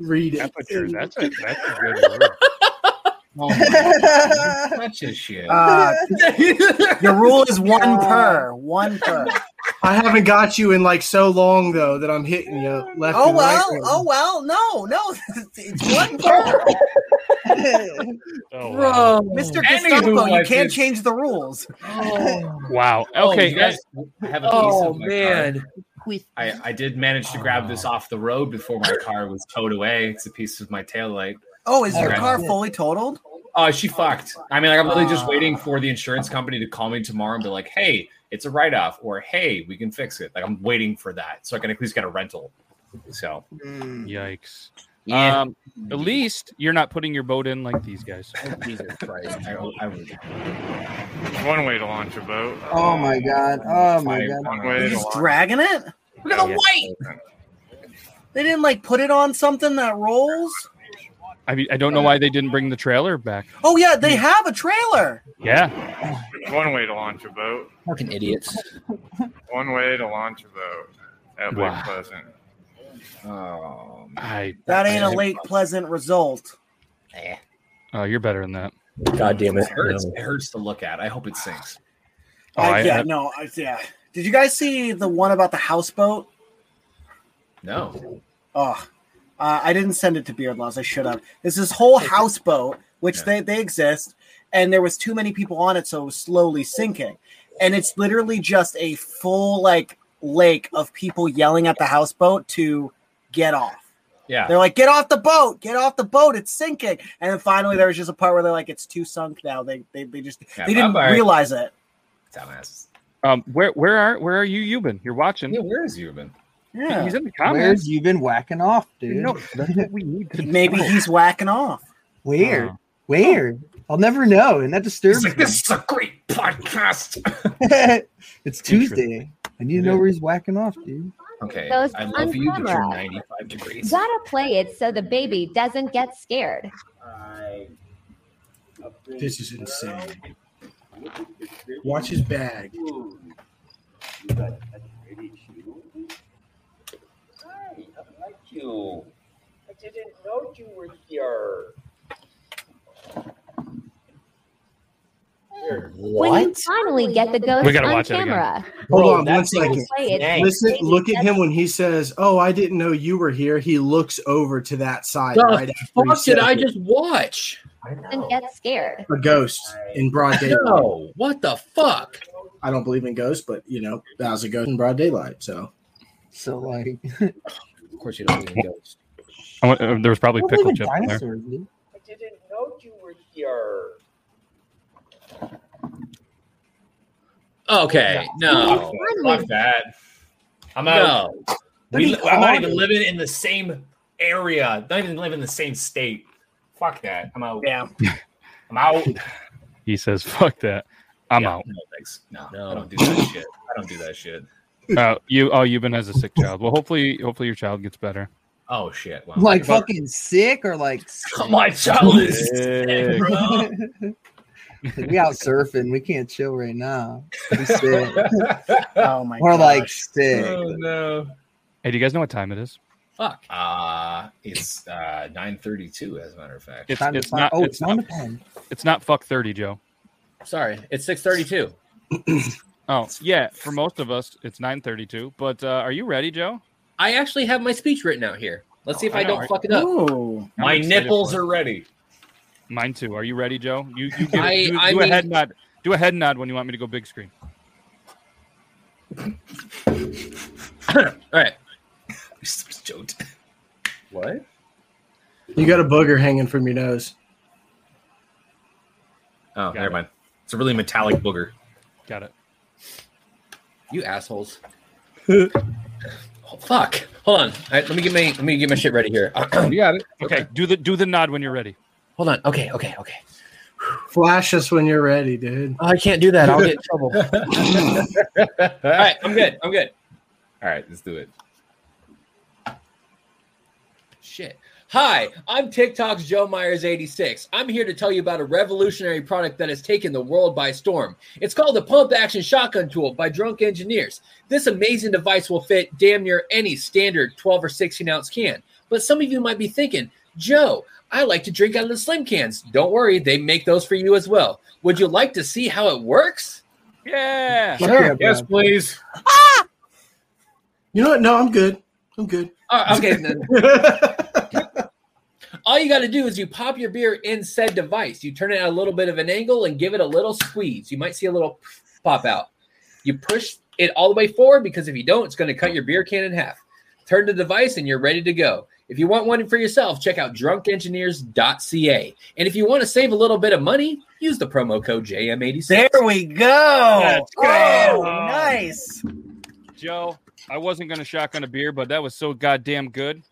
read it. Aperture. That's a, that's a good word. oh Oh, my, such a shit. Uh, your rule is one God. per one per. I haven't got you in like so long though that I'm hitting you left. Oh and right well, with oh well, no, no, it's one per. Oh, wow. Bro, Anywho, Mr. Gestapo, you I can't just- change the rules. Wow. Oh, Okay. you guys have a piece Oh of my man, car. I, I did manage to grab Oh. this off the road before my car was towed away. It's a piece of my taillight. Oh, is your Alright. car fully totaled? Oh, she fucked. I mean, like I'm literally just waiting for the insurance company to call me tomorrow and be like, "Hey, it's a write-off," or "Hey, we can fix it." Like I'm waiting for that, so I can at least get a rental. So Hmm. uh, Yikes. Yeah. Um, at least you're not putting your boat in like these guys. Jesus Christ, I, I would. One way to launch a boat. Oh my god. Oh my Five- god. One way You're to just launch. dragging it? we're gonna Yeah. wait. They didn't like put it on something that rolls. I mean, I don't know why they didn't bring the trailer back. Oh yeah, they have a trailer. Yeah. One way to launch a boat. Fucking idiots. One way to launch a boat at Lake Wow. Pleasant. Oh, man. I. That ain't a Lake Pleasant result. Oh, you're better than that. God damn it it. hurts. It hurts to look at. I hope it sinks. Oh, I- I- yeah, I- no, I, yeah. Did you guys see the one about the houseboat? No, Oh, uh, I didn't send it to Beardlaws. I should have. There's this whole houseboat, which Yeah. they, they exist, and there was too many people on it, so it was slowly sinking. And it's literally just a full like lake of people yelling at the houseboat to get off. yeah. They're like, get off the boat, get off the boat, it's sinking. And then finally there was just a part where they're like, it's too sunk now. They they, they just Yeah, they didn't bye-bye. realize it. Dumbass. Um, where where are where are you? You've been. You're watching. Yeah, where is you been? He's in the Where's comments. you been whacking off, dude? No, that's what we need to Maybe know. he's whacking off. Where? Oh. Where? I'll never know, and that He's disturbs like, me. this is a great podcast. it's Tuesday. I need to know where he's whacking off, dude. Okay, Those I love you, but you're camera. 95 degrees. Gotta play it so the baby doesn't get scared. This is insane. Watch his bag. When you finally get the ghost We gotta on watch that again. camera, Hold on that one thing second. was- play it. Listen, look at him when he says, "Oh, I didn't know you were here." He looks over to that side. The right after he Fuck says did I it. just watch? doesn't get scared. A ghost in broad daylight. No, what the fuck? I don't believe in ghosts, but you know that was a ghost in broad daylight. So, so like, of course you don't believe in ghosts. I want, uh, there was probably pickle chip in there. I didn't know you were here. Okay, no, fuck that. I'm out. No. We, That'd be I'm not hard. even living in the same area. Not even living in the same state. Fuck that. I'm out. Yeah. I'm out. He says, "Fuck that, I'm Yeah, out." No thanks. No, I don't do that shit. I don't do that shit. Uh, you, oh, you've been as a sick child. Well, hopefully, hopefully your child gets better. Oh shit! Wow. like fucking sick or like my child is sick, bro. Like, we out surfing. We can't chill right now. We sick. oh my Or like gosh. sick. no. Hey, do you guys know what time it is? Fuck. Uh it's uh 9:32 as a matter of fact. It's, Time to it's find- not. oh, it's it's on not. the pen. It's not. Fuck thirty, Joe. Sorry, it's six thirty-two. Oh yeah, for most of us, it's nine thirty-two. But uh, are you ready, Joe? I actually have my speech written out here. Let's see if I I, know, don't right? fuck it up. Ooh. I'm My excited nipples for it. are ready. Mine too. Are you ready, Joe? You you give, I- do, I do a mean- head nod. Do a head nod when you want me to go big screen. All right. Joked. What? you got a booger hanging from your nose. Oh, never it. mind. It's a really metallic booger. Got it. You assholes. Oh, fuck. Hold on. All right, let me get my let me get my shit ready here. You got it. Okay. Do the do the nod when you're ready. Hold on. Okay. Okay. Okay. Flash us when you're ready, dude. Oh, I can't do that. I'll get in trouble. All right. I'm good. I'm good. All right, let's do it. Shit. Hi, I'm TikTok's Joe Myers 86. I'm here to tell you about a revolutionary product that has taken the world by storm. It's called the Pump Action Shotgun Tool by Drunk Engineers. This amazing device will fit damn near any standard 12 or 16 ounce can. But some of you might be thinking, Joe, I like to drink out of the slim cans. Don't worry, they make those for you as well. Would you like to see how it works? Yeah. Fuck yeah, Yes, bro. please. You know what? No, I'm good. I'm good. Uh, okay, then. All you got to do is you pop your beer in said device. You turn it at a little bit of an angle and give it a little squeeze. You might see a little pop out. You push it all the way forward because if you don't, it's going to cut your beer can in half. Turn the device and you're ready to go. If you want one for yourself, check out drunkengineers.ca. And if you want to save a little bit of money, use the promo code JM86. There we go. Let's go. Oh, nice. Joe, I wasn't gonna shotgun a beer, but that was so goddamn good.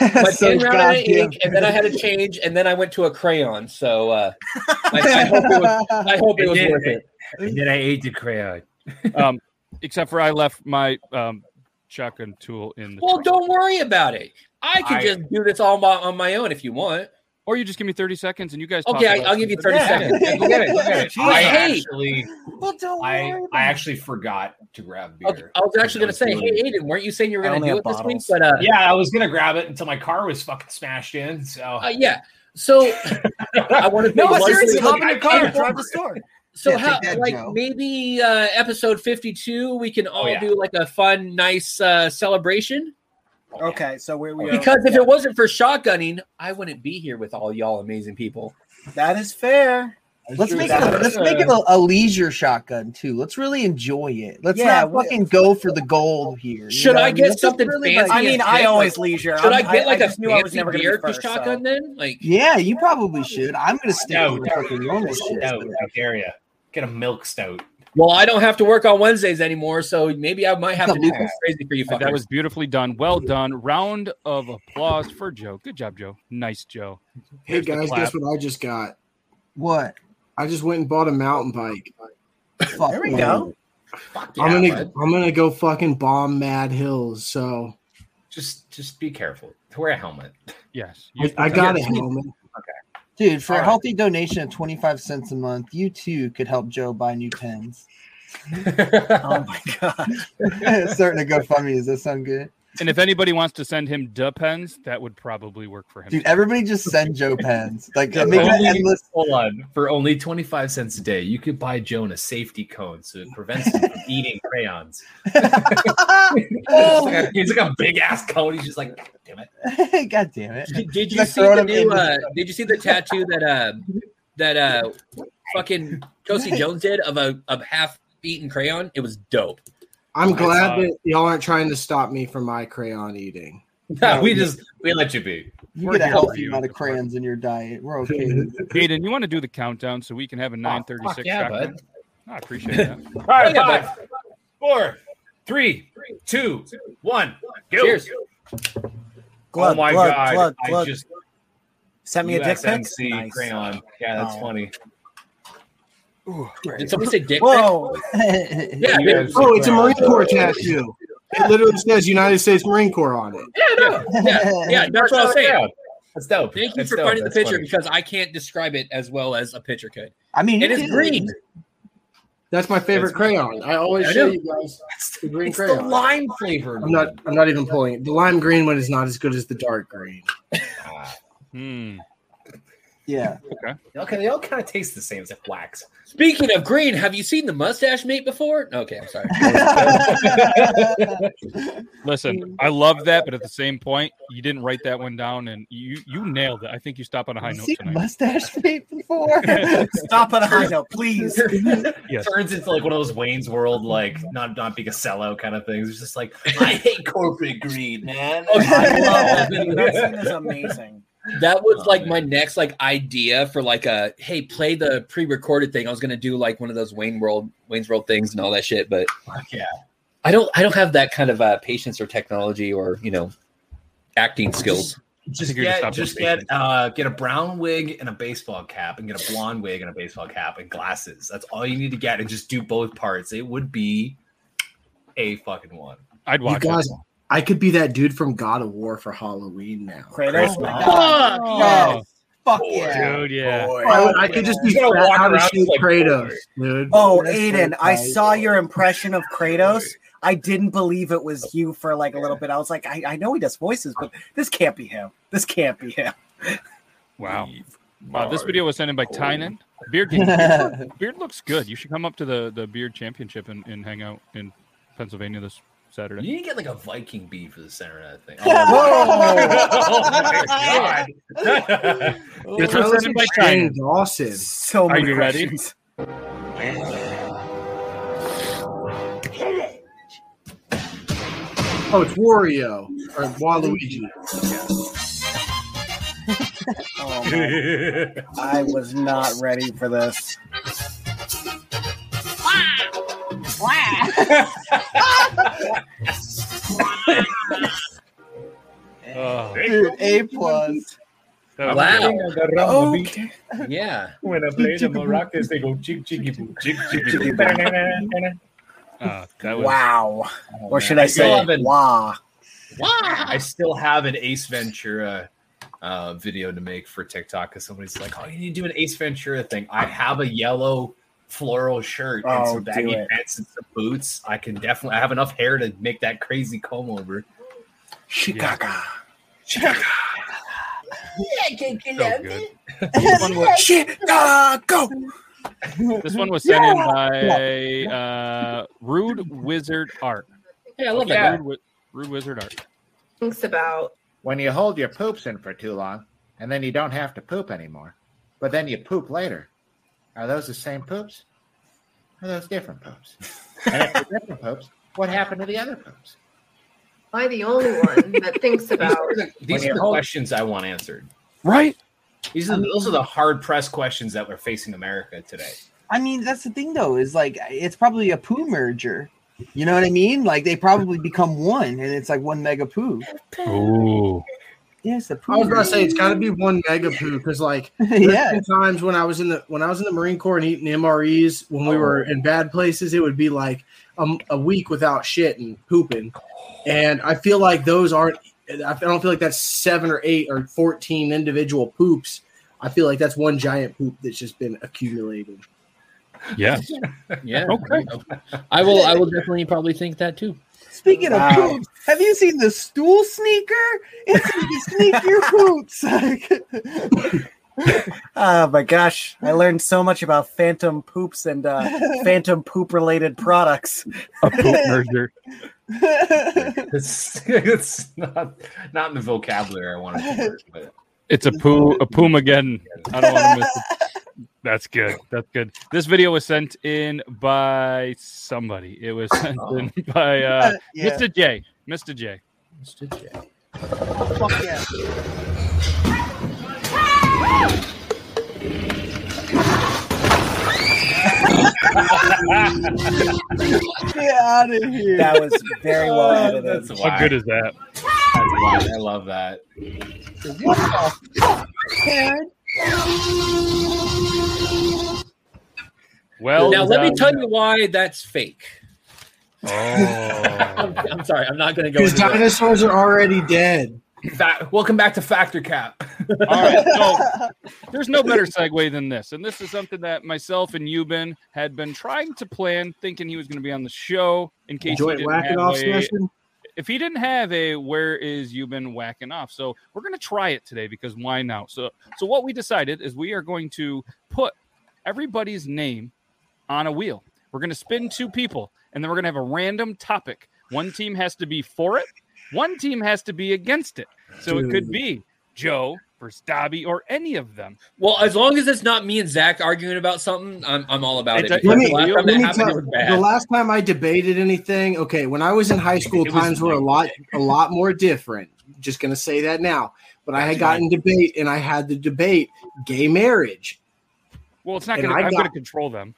my So pen ran out of goddamn- ink, and then I had to change, and then I went to a crayon. So uh, I, I hope it was, I hope it was It did. worth it. And then I ate the crayon. Um, except for I left my um, shotgun tool in the Well, trunk. don't worry about it. I can I- just do this all my, on my own if you want. Or you just give me thirty seconds and you guys. talk Okay, I, about I'll it. give you thirty Yeah. seconds. Yeah, go get it, go get it. Jesus. I Hey. actually, Well, don't I, worry. I actually forgot to grab Okay, beer. I was actually going to say, Really- hey, Aiden, weren't you saying you were I going only to do have it this week? bottles. But uh, Yeah, I was gonna grab it until my car was fucking smashed in. So uh, yeah. So I want No, to thank but Leslie- seriously, hop in the car, drive the store. So Yeah, how take that, like Joe. maybe uh episode 52 we can all yeah. do like a fun nice uh celebration Okay, so where we because are. if it wasn't for shotgunning I wouldn't be here with all y'all amazing people. that is fair. Let's Sure, make it, that was, let's make it a, a leisure shotgun too. Let's really enjoy it. Let's Yeah, not we- fucking go for the gold here. you Should know I what mean? get Let's just something really, fancy? I mean, Yes, I yes, always like, leisure. Should i I'm- get like a just fancy gonna beer first, to so. shotgun then? Like yeah, you probably should. I'm gonna stick No, with the fucking normal shit. stout, I dare ya. Get a milk stout. well I don't have to work on Wednesdays anymore so maybe I might have to do Lucas. something crazy for you That fuckers. was beautifully done. Well done. Round of applause for Joe. Good job, Joe. Nice, Joe. Hey the guys, clap. guess what I just got? What? I just went and bought a mountain bike. Fuck There we no. go. Fuck I'm yeah, gonna bud. I'm gonna go fucking bomb Mad Hills. So just just be careful. Wear a helmet. Yes. I, I got a yes. helmet. Dude, for All a right. healthy donation of 25 cents a month, you too could help Joe buy new pens. Oh my god. Starting a GoFundMe. Does that sound good? And if anybody wants to send him duh pens, that would probably work for him. Dude, everybody just send Joe pens. Like, For make that only- endless. Hold on. For only 25 cents a day, you could buy Joan a safety cone so it prevents him from eating crayons. Oh. It's like a- He's like a big ass cone. He's just like, "God damn it. God damn it. Did, did He's you like see throwing the him in new? Uh, the- did you see the tattoo that uh that uh fucking Kelsey Jones did of a of half eaten crayon? It was dope. I'm I glad saw that y'all aren't trying to stop me from my crayon eating. we just we let you be. You We're get a here for healthy you. amount of crayons in your diet. We're okay. with it. Aiden, you want to do the countdown so we can have a 936 yeah, shotgun? bud. I appreciate that. All right, five, four, three, two, one, go. Cheers. oh my god! I just Sent me a dick pic. USMC crayon. Yeah, that's Oh. funny. Did somebody say dick? Whoa. Yeah, yeah. Oh, it's a Marine Corps tattoo. It literally says United States Marine Corps on it. Yeah, no, yeah, yeah. That's what I'm saying. That's dope. Thank you That's for dope. finding the That's picture funny. because I can't describe it as well as a picture could. I mean, It you is can- green. That's my favorite crayon. I always I show know. you guys the green It's the crayon. lime flavored. I'm not. I'm not even pulling it. The lime green one is not as good as the dark green. Hmm. Yeah. Okay. Okay, they all kind of taste the same. It's like wax. Speaking of green, have you seen the mustache mate before? Okay, I'm sorry. Listen, I love that, but at the same point, you didn't write that one down, and you you nailed it. I think you stop on a high I've note seen a tonight. mustache mate before. Stop on a high note, please. Yes. Turns into like one of those Wayne's World, like not not being a sellout kind of things. It's just like I hate corporate greed, man. I love that. Dude, Dude, that that scene is amazing. That Oh, was like man. my next like idea for like a hey, play the pre-recorded thing. I was gonna do like one of those Wayne World Wayne's World things and all that shit, but Fuck yeah. I don't I don't have that kind of uh, patience or technology or you know acting skills. Just think you're just get, not just being get, uh, get a brown wig and a baseball cap, and get a blonde wig and a baseball cap and glasses. That's all you need to get, and just do both parts. It would be a fucking one. I'd You watch guys, it. I could be that dude from God of War for Halloween now. Kratos. Oh my God. God. Yes. Fuck yeah. Dude, yeah. Boy. I, would- I could just be He's gonna walk fat, out of around shape like- Kratos, dude. Oh, That's Aiden, so I tight. saw your impression of Kratos. I didn't believe it was you for like a little bit. I was like, I, I know he does voices, but this can't be him. This can't be him. Wow. Wow. This video was sent in by Tynan. Beard game. Beard, look- beard looks good. You should come up to the, the beard championship and, and hang out in Pennsylvania this You Saturday. need to get like a Viking bee for the center of that thing. Oh, Whoa. oh my god! This was sent in by Shane Tynan. Dawson. So Are many you ready? questions. Oh, it's Wario or Waluigi. Oh, my- I was not ready for this. Oh, Dude, A plus. that was Wow. Okay. Yeah. When I play the maracas, they go chick chicky boo, chick chicky boo. good. Uh, that was, Wow. Or should I I Oh, still say, haven't- wah? I still have an Ace Ventura uh, video to make for TikTok because somebody's like, "Oh, you need to do an Ace Ventura thing." I have a yellow floral shirt and Oh, some do baggy it. pants and some boots. I can definitely. I have enough hair to make that crazy comb over. Chicago. so good. Chicago. This one was sent in by uh, Rude Wizard Art. Hey, I love Yeah. Rude, that. Wi- Rude Wizard Art. Thinks about When you hold your poops in for too long, and then you don't have to poop anymore, but then you poop later, are those the same poops? Are those different poops? And if they're different poops, what happened to the other poops? am I the only one that thinks about These When are the you hold- questions I want answered. Right? These are those are the hard pressed questions that we're facing America today. I mean, that's the thing though, is like it's probably a poo merger. You know what I mean? Like they probably become one and it's like one mega poo. Ooh. Yeah, it's a poo. I was about to merger. say it's got to be one mega poo because like there's yeah. been times when I was in the when I was in the Marine Corps and eating MREs when we were in bad places, it would be like a, a week without shit and pooping, and I feel like those aren't. I don't feel like that's seven or eight or fourteen individual poops. I feel like that's one giant poop that's just been accumulating. Yes. Yeah. Okay. I will I will definitely probably think that too. Speaking of Wow. poops, have you seen the stool sneaker? It's you can sneak your poops. Like, Oh my gosh, I learned so much about phantom poops and uh, phantom poop related products. A poop merger. it's, it's not not in the vocabulary I want to hear, but It's a poo a poom again. I don't want to miss it. That's good. That's good. This video was sent in by somebody. It was sent in by uh, Yeah. Mr. J. Mr. J. Mr. J. fuck yeah. Get out of here. That was very well Oh, edited. How good is that? That's wild. I love that. What the fuck, Karen? Well, now let me done. tell you why that's fake. Oh. I'm, I'm sorry, I'm not going to go. Because into that. dinosaurs are already dead. Fa- Welcome back to Factor Cap. All right. So there's no better segue than this. And this is something that myself and Euban had been trying to plan, thinking he was going to be on the show in case he Enjoy didn't whacking have off a- session. if he didn't have a where is you been whacking off so we're going to try it today because why now so so what we decided is we are going to put everybody's name on a wheel we're going to spin two people and then we're going to have a random topic one team has to be for it one team has to be against it so it could be joe versus dobby or any of them Well, as long as it's not me and Zach arguing about something, I'm, I'm all about It it. does- because Let me- the last let me time that happened, tell- it was The bad. last time I debated anything, okay, when I was in high school, It was times were a lot, a lot more different. Just gonna say that now. But I had gotten debate, and I had the debate gay marriage, well it's not And going to I i'm going to got- control them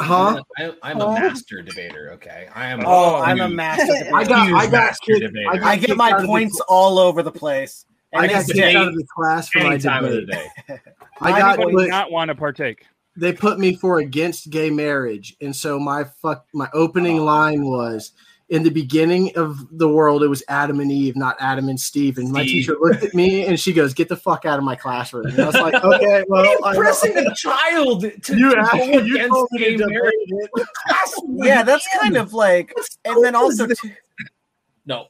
huh? I, I'm a Huh? master debater. Okay, I am. Oh, I'm a master. I got, I Huge got, master kicked, debater. I, got I get kicked out of my the- points all over the place. I And got this kicked day, out of the class for my Any time of the debate. day. I got Anybody put, not want to partake they put me for against gay marriage, and so my fuck, my opening line was. In the beginning of the world, it was Adam and Eve, not Adam and Steve. And my Steve. teacher looked at me and she goes, "Get the fuck out of my classroom." And I was like, "Okay, well, Oh, I know." Pressing a child to, You to asked- go you against told me to gay debate marriage. it. yeah, that's kind of like, and then also, too- No,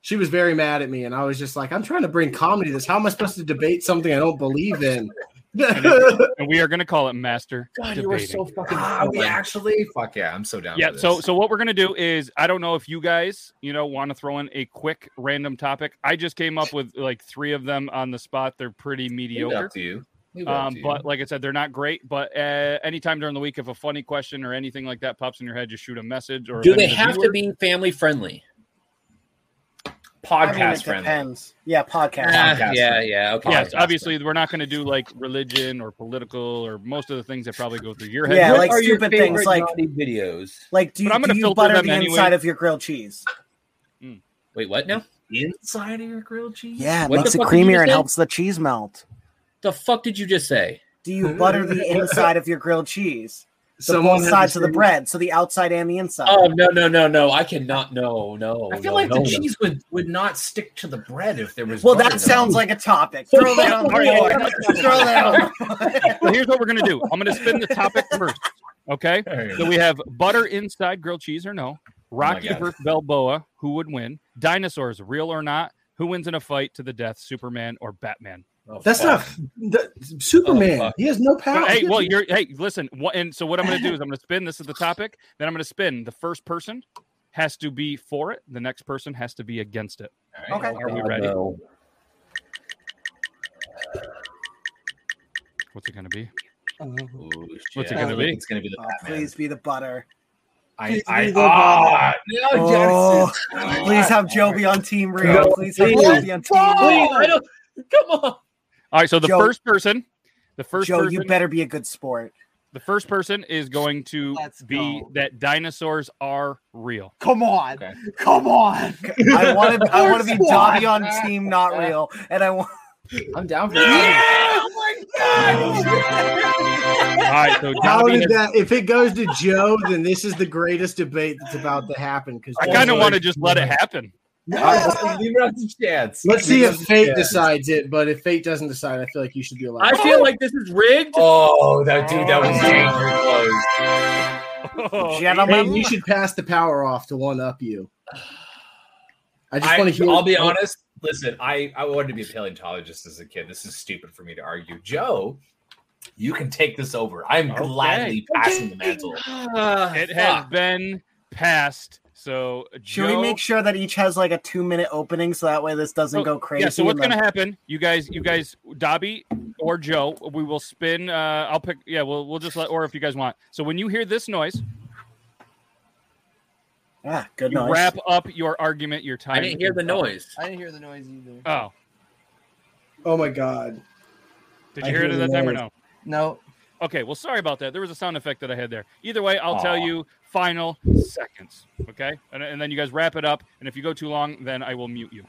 She was very mad at me, and I was just like, "I'm trying to bring comedy to this. How am I supposed to debate something I don't believe in?" and we are going to call it master God, you debating. were so fucking. Ah, we stubborn. actually. Fuck yeah, I'm so down. yeah For this. so so what we're gonna do is i don't know if you guys you know want to throw in a quick random topic i just came up with like three of them on the spot they're pretty Leave it mediocre up to you. Leave it up um, to you. but like i said they're not great but uh, anytime during the week if a funny question or anything like that pops in your head just shoot a message or Do they have to be family friendly? I mean, podcast it friendly. depends. Yeah, podcast. Ah, Podcast yeah, friendly. yeah, okay. yes obviously we're not going to do like religion or political or most of the things that probably go through your head Yeah, What like are your stupid things, favorite like- naughty videos. Like, do you, But I'm do gonna you filter butter them the anyway. inside of your grilled cheese? Wait, what now? Inside of your grilled cheese. Yeah, it What the makes it fuck did you creamier just and say? helps the cheese melt. The fuck did you just say? Do you butter the inside of your grilled cheese? The Someone both had sides of the same- bread, so the outside and the inside. Oh no no no no! I cannot no no. I feel no, like no, the no. cheese would, would not stick to the bread if there was. well, butter there. that sounds like a topic. Throw that on the All right, board. Throw that on. so here's what we're going to do i'm going to spin the topic first okay So we have butter inside grilled cheese or Oh no? Rocky God. versus Balboa, who would win? Dinosaurs, real or not? Who wins in a fight to the death, Superman or Batman? Oh, That's fuck. not that, Superman. fuck. he has no So, Ah. power. hey, well, you're hey, listen. What, and so what I'm going to do is I'm going to spin. This is the topic. Then I'm going to spin. The first person has to be for it. The next person has to be against it. All right. Okay. Are we God, ready? no. What's it going to be? Ooh, What's it shit. gonna be? It's gonna be the Oh, Batman. please be the butter. I, Please I, be the ah, no, Oh, Jackson. Ah, please have Joby on Team Rio. No, please have please. Joby on Team Please, Rio. I don't. Come on. All right. So the Joe- first person, the first Joe, person, you better be a good sport. the first person is going to Let's be go. that dinosaurs are real. Come on. Okay. Come on. I want to. I want to be Sport. Dobby on Team Not Real, and I want. I'm down for that. Oh All right. So How Dobby did has- that? If it goes to Joe, then this is the greatest debate that's about to happen. Because I kind of want to just let it happen. Oh. Yeah. Leave it up to chance. Let's see Leave it if up to fate chance. decides it. But if fate doesn't decide, I feel like you should be allowed. I feel like this is rigged. Oh, that dude, that was danger close. Oh, Hey, Gentlemen, you should pass the power off to one up you. I just want to hear. I'll be honest. Listen, I, I wanted to be a paleontologist as a kid. This is stupid for me to argue. Joe, you can take this over. I'm gladly passing the mantle. it has been passed. So Should Joe, we make sure that each has like a two minute opening so that way this doesn't Oh, go crazy? Yeah, so what's and, like- gonna happen? You guys, you guys, Dobby or Joe, we will spin. Uh, I'll pick. Yeah, we'll we'll just let, or if you guys want. So when you hear this noise, ah, good you noise. wrap up your argument. Your time. I didn't hear the noise either. Oh, Oh my god! did I you hear hear it at the that time or noise. no? No. Okay. Well, sorry about that. There was a sound effect that I had there. Either way, I'll tell Aw. you final seconds. Okay, and, and then you guys wrap it up. And if you go too long, then I will mute you.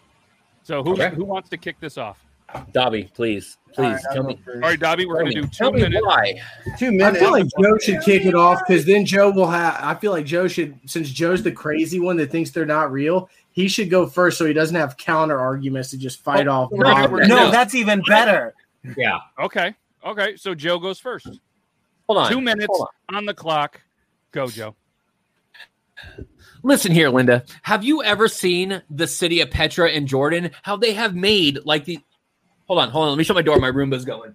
So who Okay. who wants to kick this off? Dobby, please, All please right, I'll tell go me. All right, Dobby, we're Tell gonna me. do two Tell me minutes. why. Two minutes. I feel like Joe should kick it off because then Joe will have. I feel like Joe should, since Joe's the crazy one that thinks they're not real, he should go first so he doesn't have counter arguments to just fight off. no, we're- Um, no, no. that's even better. Yeah. Okay. Okay. So Joe goes first. Hold on. Two minutes Hold on. the clock. Go, Joe. Listen here, Linda. Have you ever seen the city of Petra in Jordan? How they have made like the. Hold on, hold on. Let me shut my door. My Roomba's going.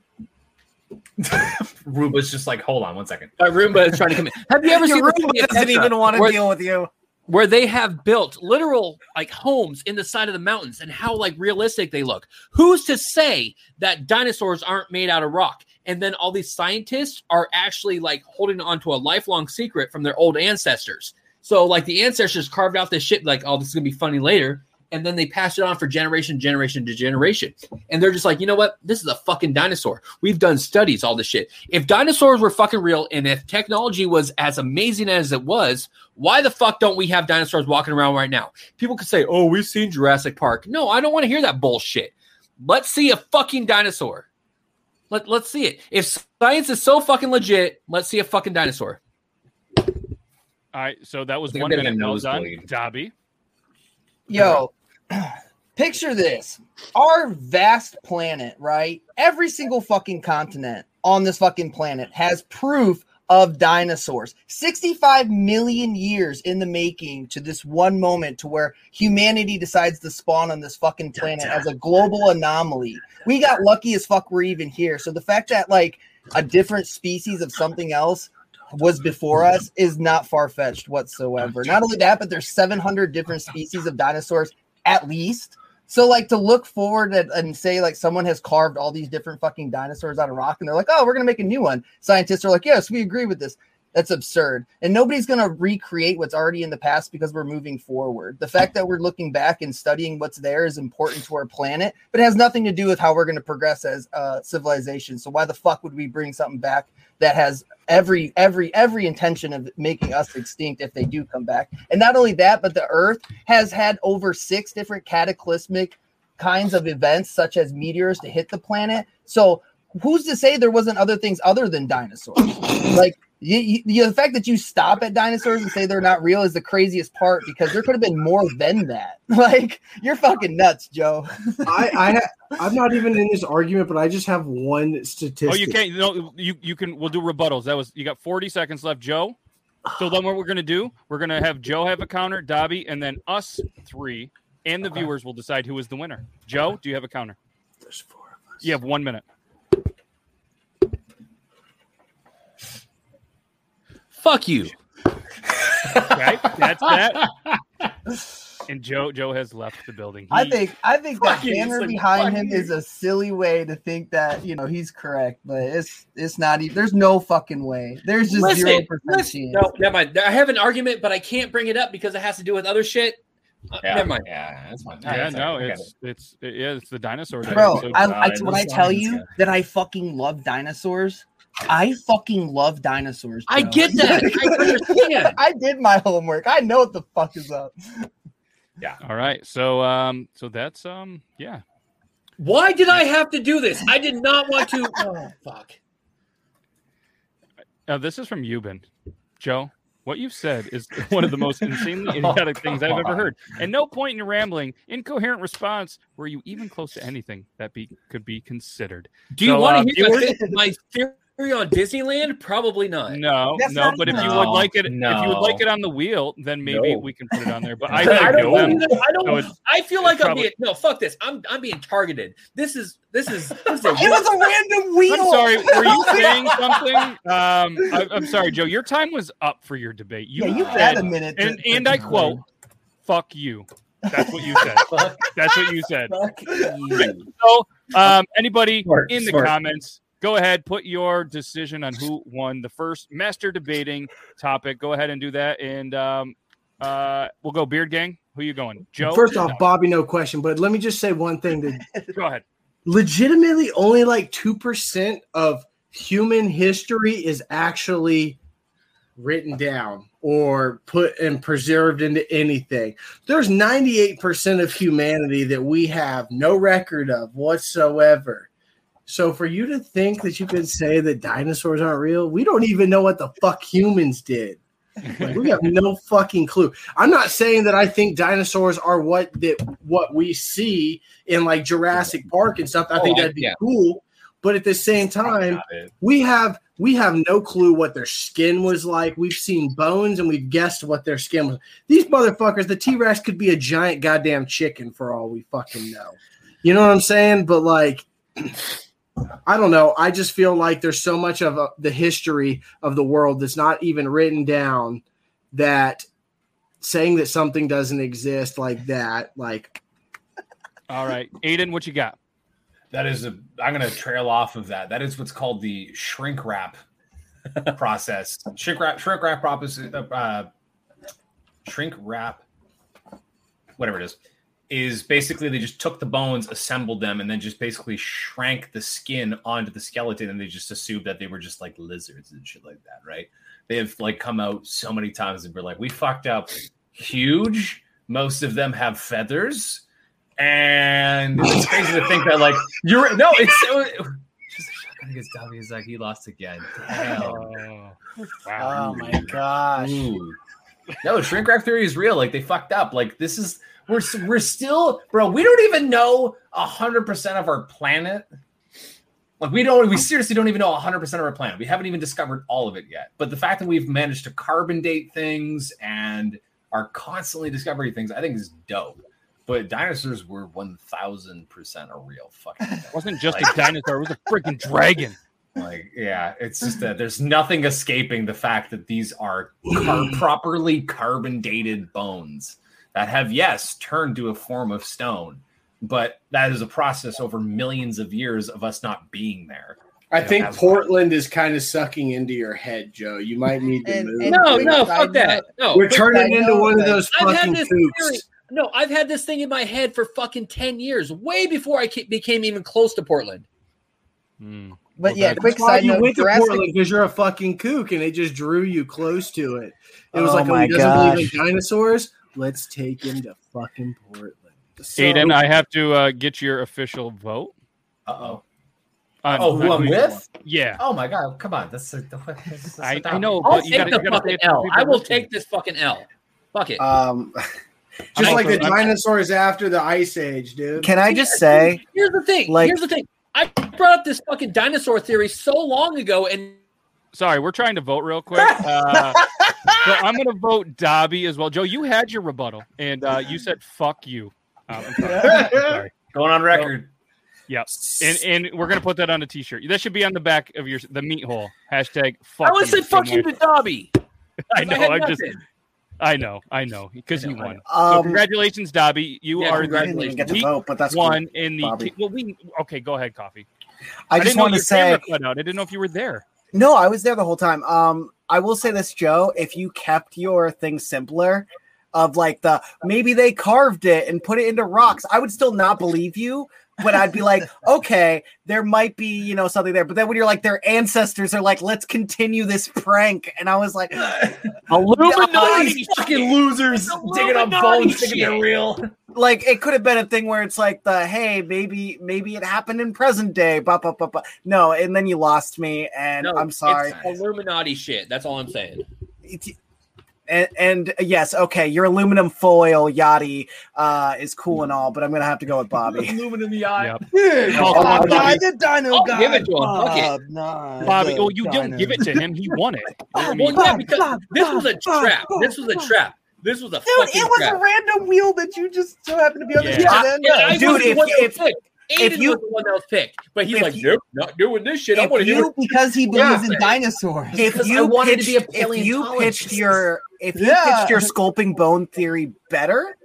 Ruba's just like, hold on one second. My Roomba is trying to come in. Have you ever seen Your the room city of doesn't Petra even want to where- deal with you? where they have built literal like homes in the side of the mountains and how like realistic they look. Who's to say that dinosaurs aren't made out of rock? And then all these scientists are actually like holding on to a lifelong secret from their old ancestors. So like the ancestors carved out this shit like, oh, this is gonna be funny later. And then they passed it on for generation, generation to generation. And they're just like, you know what? This is a fucking dinosaur. We've done studies, all this shit. If dinosaurs were fucking real and if technology was as amazing as it was, why the fuck don't we have dinosaurs walking around right now? People could say, oh, we've seen Jurassic Park. No, I don't want to hear that bullshit. Let's see a fucking dinosaur. Let, let's see it. If science is so fucking legit, let's see a fucking dinosaur. All right. So that was think one I'm getting minute. a Well done, nosebleed. Dobby. Oh, Yo, picture this. Our vast planet, right? Every single fucking continent on this fucking planet has proof of dinosaurs. 65 million years in the making to this one moment to where humanity decides to spawn on this fucking planet as a global anomaly. We got lucky as fuck we're even here. So the fact that like a different species of something else was before us is not far fetched whatsoever. Not only that, but there's 700 different species of dinosaurs at least. So, like, to look forward and, and say, like, someone has carved all these different fucking dinosaurs out of rock and they're like, oh, we're going to make a new one. Scientists are like, yes, we agree with this. That's absurd. And nobody's going to recreate what's already in the past because we're moving forward. The fact that we're looking back and studying what's there is important to our planet, but it has nothing to do with how we're going to progress as uh, civilization. So why the fuck would we bring something back that has every every every intention of making us extinct if they do come back? And not only that, but the Earth has had over six different cataclysmic kinds of events, such as meteors, to hit the planet. So who's to say there wasn't other things other than dinosaurs? like you, you, the fact that you stop at dinosaurs and say they're not real is the craziest part because there could have been more than that. Like you're fucking nuts, Joe. I, I ha- I'm not even in this argument, but I just have one statistic. Oh, you can't. No, you you can. We'll do rebuttals. That was you got 40 seconds left, Joe. So then what we're gonna do? We're gonna have Joe have a counter, Dobby, and then us three and the viewers will decide who is the winner. Joe, do you have a counter? There's four of us. You have one minute. Fuck you. Okay, that's that. And Joe Joe has left the building. I He- think I think that Fucking- banner it's like, behind fuck him you. is a silly way to think that you know he's correct, but it's it's not even. There's no fucking way. There's just Listen, zero percent listen. chance. No, never mind. I have an argument, but I can't bring it up because it has to do with other shit. Uh, Yeah, never mind. Yeah, that's fine. Yeah, That's fine. no, I got it's it's it- yeah, it's the dinosaur. day. Bro, So- I, I, when I tell you that I fucking love dinosaurs, I fucking love dinosaurs. I Joe. get that. I understand. I did my homework. I know what the fuck is up. All right. So um so that's um yeah. Why did I have to do this? I did not want to. Oh, fuck. Uh, this is from Euban. Joe, what you've said is one of the most insanely idiotic things I've ever heard. And no point in your rambling, incoherent response were you even close to anything that be could be considered. Do you So, want uh, to hear viewers- my, my Are you on Disneyland? Probably not. No, That's no. not But if you enough. would like it, if you No. would like it on the wheel, then maybe No. we can put it on there. But I, I, think don't. that- know. I don't. so it's- I feel like it's I'm probably- being no. Fuck this. I'm I'm being targeted. This is this is. This is a, It was a random I'm sorry. Were you saying something? Um, I, I'm sorry, Joe. Your time was up for your debate. You Yeah, you said- had a minute to- And, and I quote, "Fuck you." That's what you said. That's what you said. So, um, anybody Smart, in the smart. comments, go ahead, put your decision on who won the first master debating topic. Go ahead and do that, and um, uh, we'll go Beard Gang. Who you going, Joe? First off, Bobby, no question, but let me just say one thing that go ahead. legitimately only like 2% of human history is actually written down or put and preserved into anything. There's 98% of humanity that we have no record of whatsoever. So for you to think that you could say that dinosaurs aren't real, we don't even know what the fuck humans did. Like, we have no fucking clue. I'm not saying that I think dinosaurs are what that what we see in like Jurassic Park and stuff. I Oh, think I- that'd be yeah. cool, but at the same time, we have we have no clue what their skin was like. We've seen bones and we've guessed what their skin was. These motherfuckers, the T-Rex could be a giant goddamn chicken for all we fucking know. You know what I'm saying? But like I don't know. I just feel like there's so much of uh, the history of the world that's not even written down that saying that something doesn't exist like that, like All right, Aiden, what you got? That is a. I'm going to trail off of that. That is what's called the shrink wrap process. Shrink wrap. Shrink wrap process. Uh, shrink wrap. Whatever it is, is basically they just took the bones, assembled them, and then just basically shrank the skin onto the skeleton, and they just assumed that they were just like lizards and shit like that, right? They have like come out so many times and we're like, we fucked up huge. Most of them have feathers and it's crazy to think that like you're no, it's so just shotgun against Dobby is like he lost again. Damn. Oh my gosh. Mm. No, shrink wrap theory is real. Like they fucked up. Like this is we're s- we're still bro. We don't even know hundred percent of our planet. Like we don't, we seriously don't even know 100 percent of our planet. We haven't even discovered all of it yet. But the fact that we've managed to carbon date things and are constantly discovering things, I think is dope. But dinosaurs were 1,000 percent a real fucking. Thing. wasn't just a dinosaur; it was a freaking dragon. Like, yeah, it's just that there's nothing escaping the fact that these are car- properly carbon dated bones that have, yes, turned to a form of stone, but that is a process over millions of years of us not being there. I You know, think as- Portland is kind of sucking into your head, Joe. You might need to move. and No, quick no, side fuck that. note- No. we're quick turning side into note, one of like, those I've had fucking this theory- kooks. No, I've had this thing in my head for fucking ten years, way before I ke- became even close to Portland. Hmm. But yeah, That's quick why side you note: went to Jurassic Portland because you're a fucking kook, and it just drew you close to it. It was Oh like, oh, my he doesn't believe gosh. in dinosaurs. Let's take him to fucking Portland. So- Aiden, I have to uh, get your official vote. Uh-oh. On- oh, who on I'm you with? want. Yeah. Oh my god, come on. That's a, that's a I- I know, I'll but you take gotta- the you gotta pay fucking attention to L. people I will listening. take this fucking L. Fuck it. Um, just like the I'm- dinosaurs after the ice age, dude. Can I just say, Here's the thing. Like- Here's the thing. I brought up this fucking dinosaur theory so long ago, and Sorry, we're trying to vote real quick. Uh, so I'm going to vote Dobby as well. Joe, you had your rebuttal, and uh, you said "fuck you." Um, I'm sorry. I'm sorry. Going on record. Yeah, and and we're gonna put that on a T-shirt. That should be on the back of your the meat hole hashtag. Fuck I would you, say fuck Jim you to Dobby. I I know. had I am just. nothing. I know. I know. Because he won. I know. so Um, congratulations, Dobby. You Yeah, are the congratulations. I didn't even get to week vote, but that's one cool, in the. Bobby. Well, we okay. Go ahead, coffee. I just didn't know wanted to your camera say- cut out. I didn't know if you were there. No, I was there the whole time. Um, I will say this, Joe. If you kept your thing simpler, of like the maybe they carved it and put it into rocks, I would still not believe you. But I'd be like, okay, there might be you know something there. But then when you're like, their ancestors are like, let's continue this prank, and I was like, Illuminati fucking losers oh digging up Illuminati bones, thinking they're shit. real. like it could have been a thing where it's like the hey maybe maybe it happened in present day bah, bah, bah, bah. no and then you lost me and No, i'm sorry it's Illuminati shit. That's all I'm saying. and, and uh, yes, okay, your aluminum foil yachty uh, is cool and all, but I'm gonna have to go with Bobby. aluminum yacht. Oh, Oh, Bobby. God, the dino I'll God, give it to him. Fuck it. Bob, nah, Bobby, Uh, the well, you don't dino. give it to him. He won it. I mean, Well, yeah, because this was a trap. This was a trap. This was a Dude, fucking it was trap. a random wheel that you just so happened to be on the Yeah. yeah. I- end. yeah, I Dude, was the if- one that if- was picked. if Aiden you- was the one that was picked, but he's if like, nope, not doing this shit. I want to if hear. you- what- because he believes in dinosaurs. If Because I you wanted to pitched, be a if you pitched your if you Yeah. pitched your sculpting bone theory better,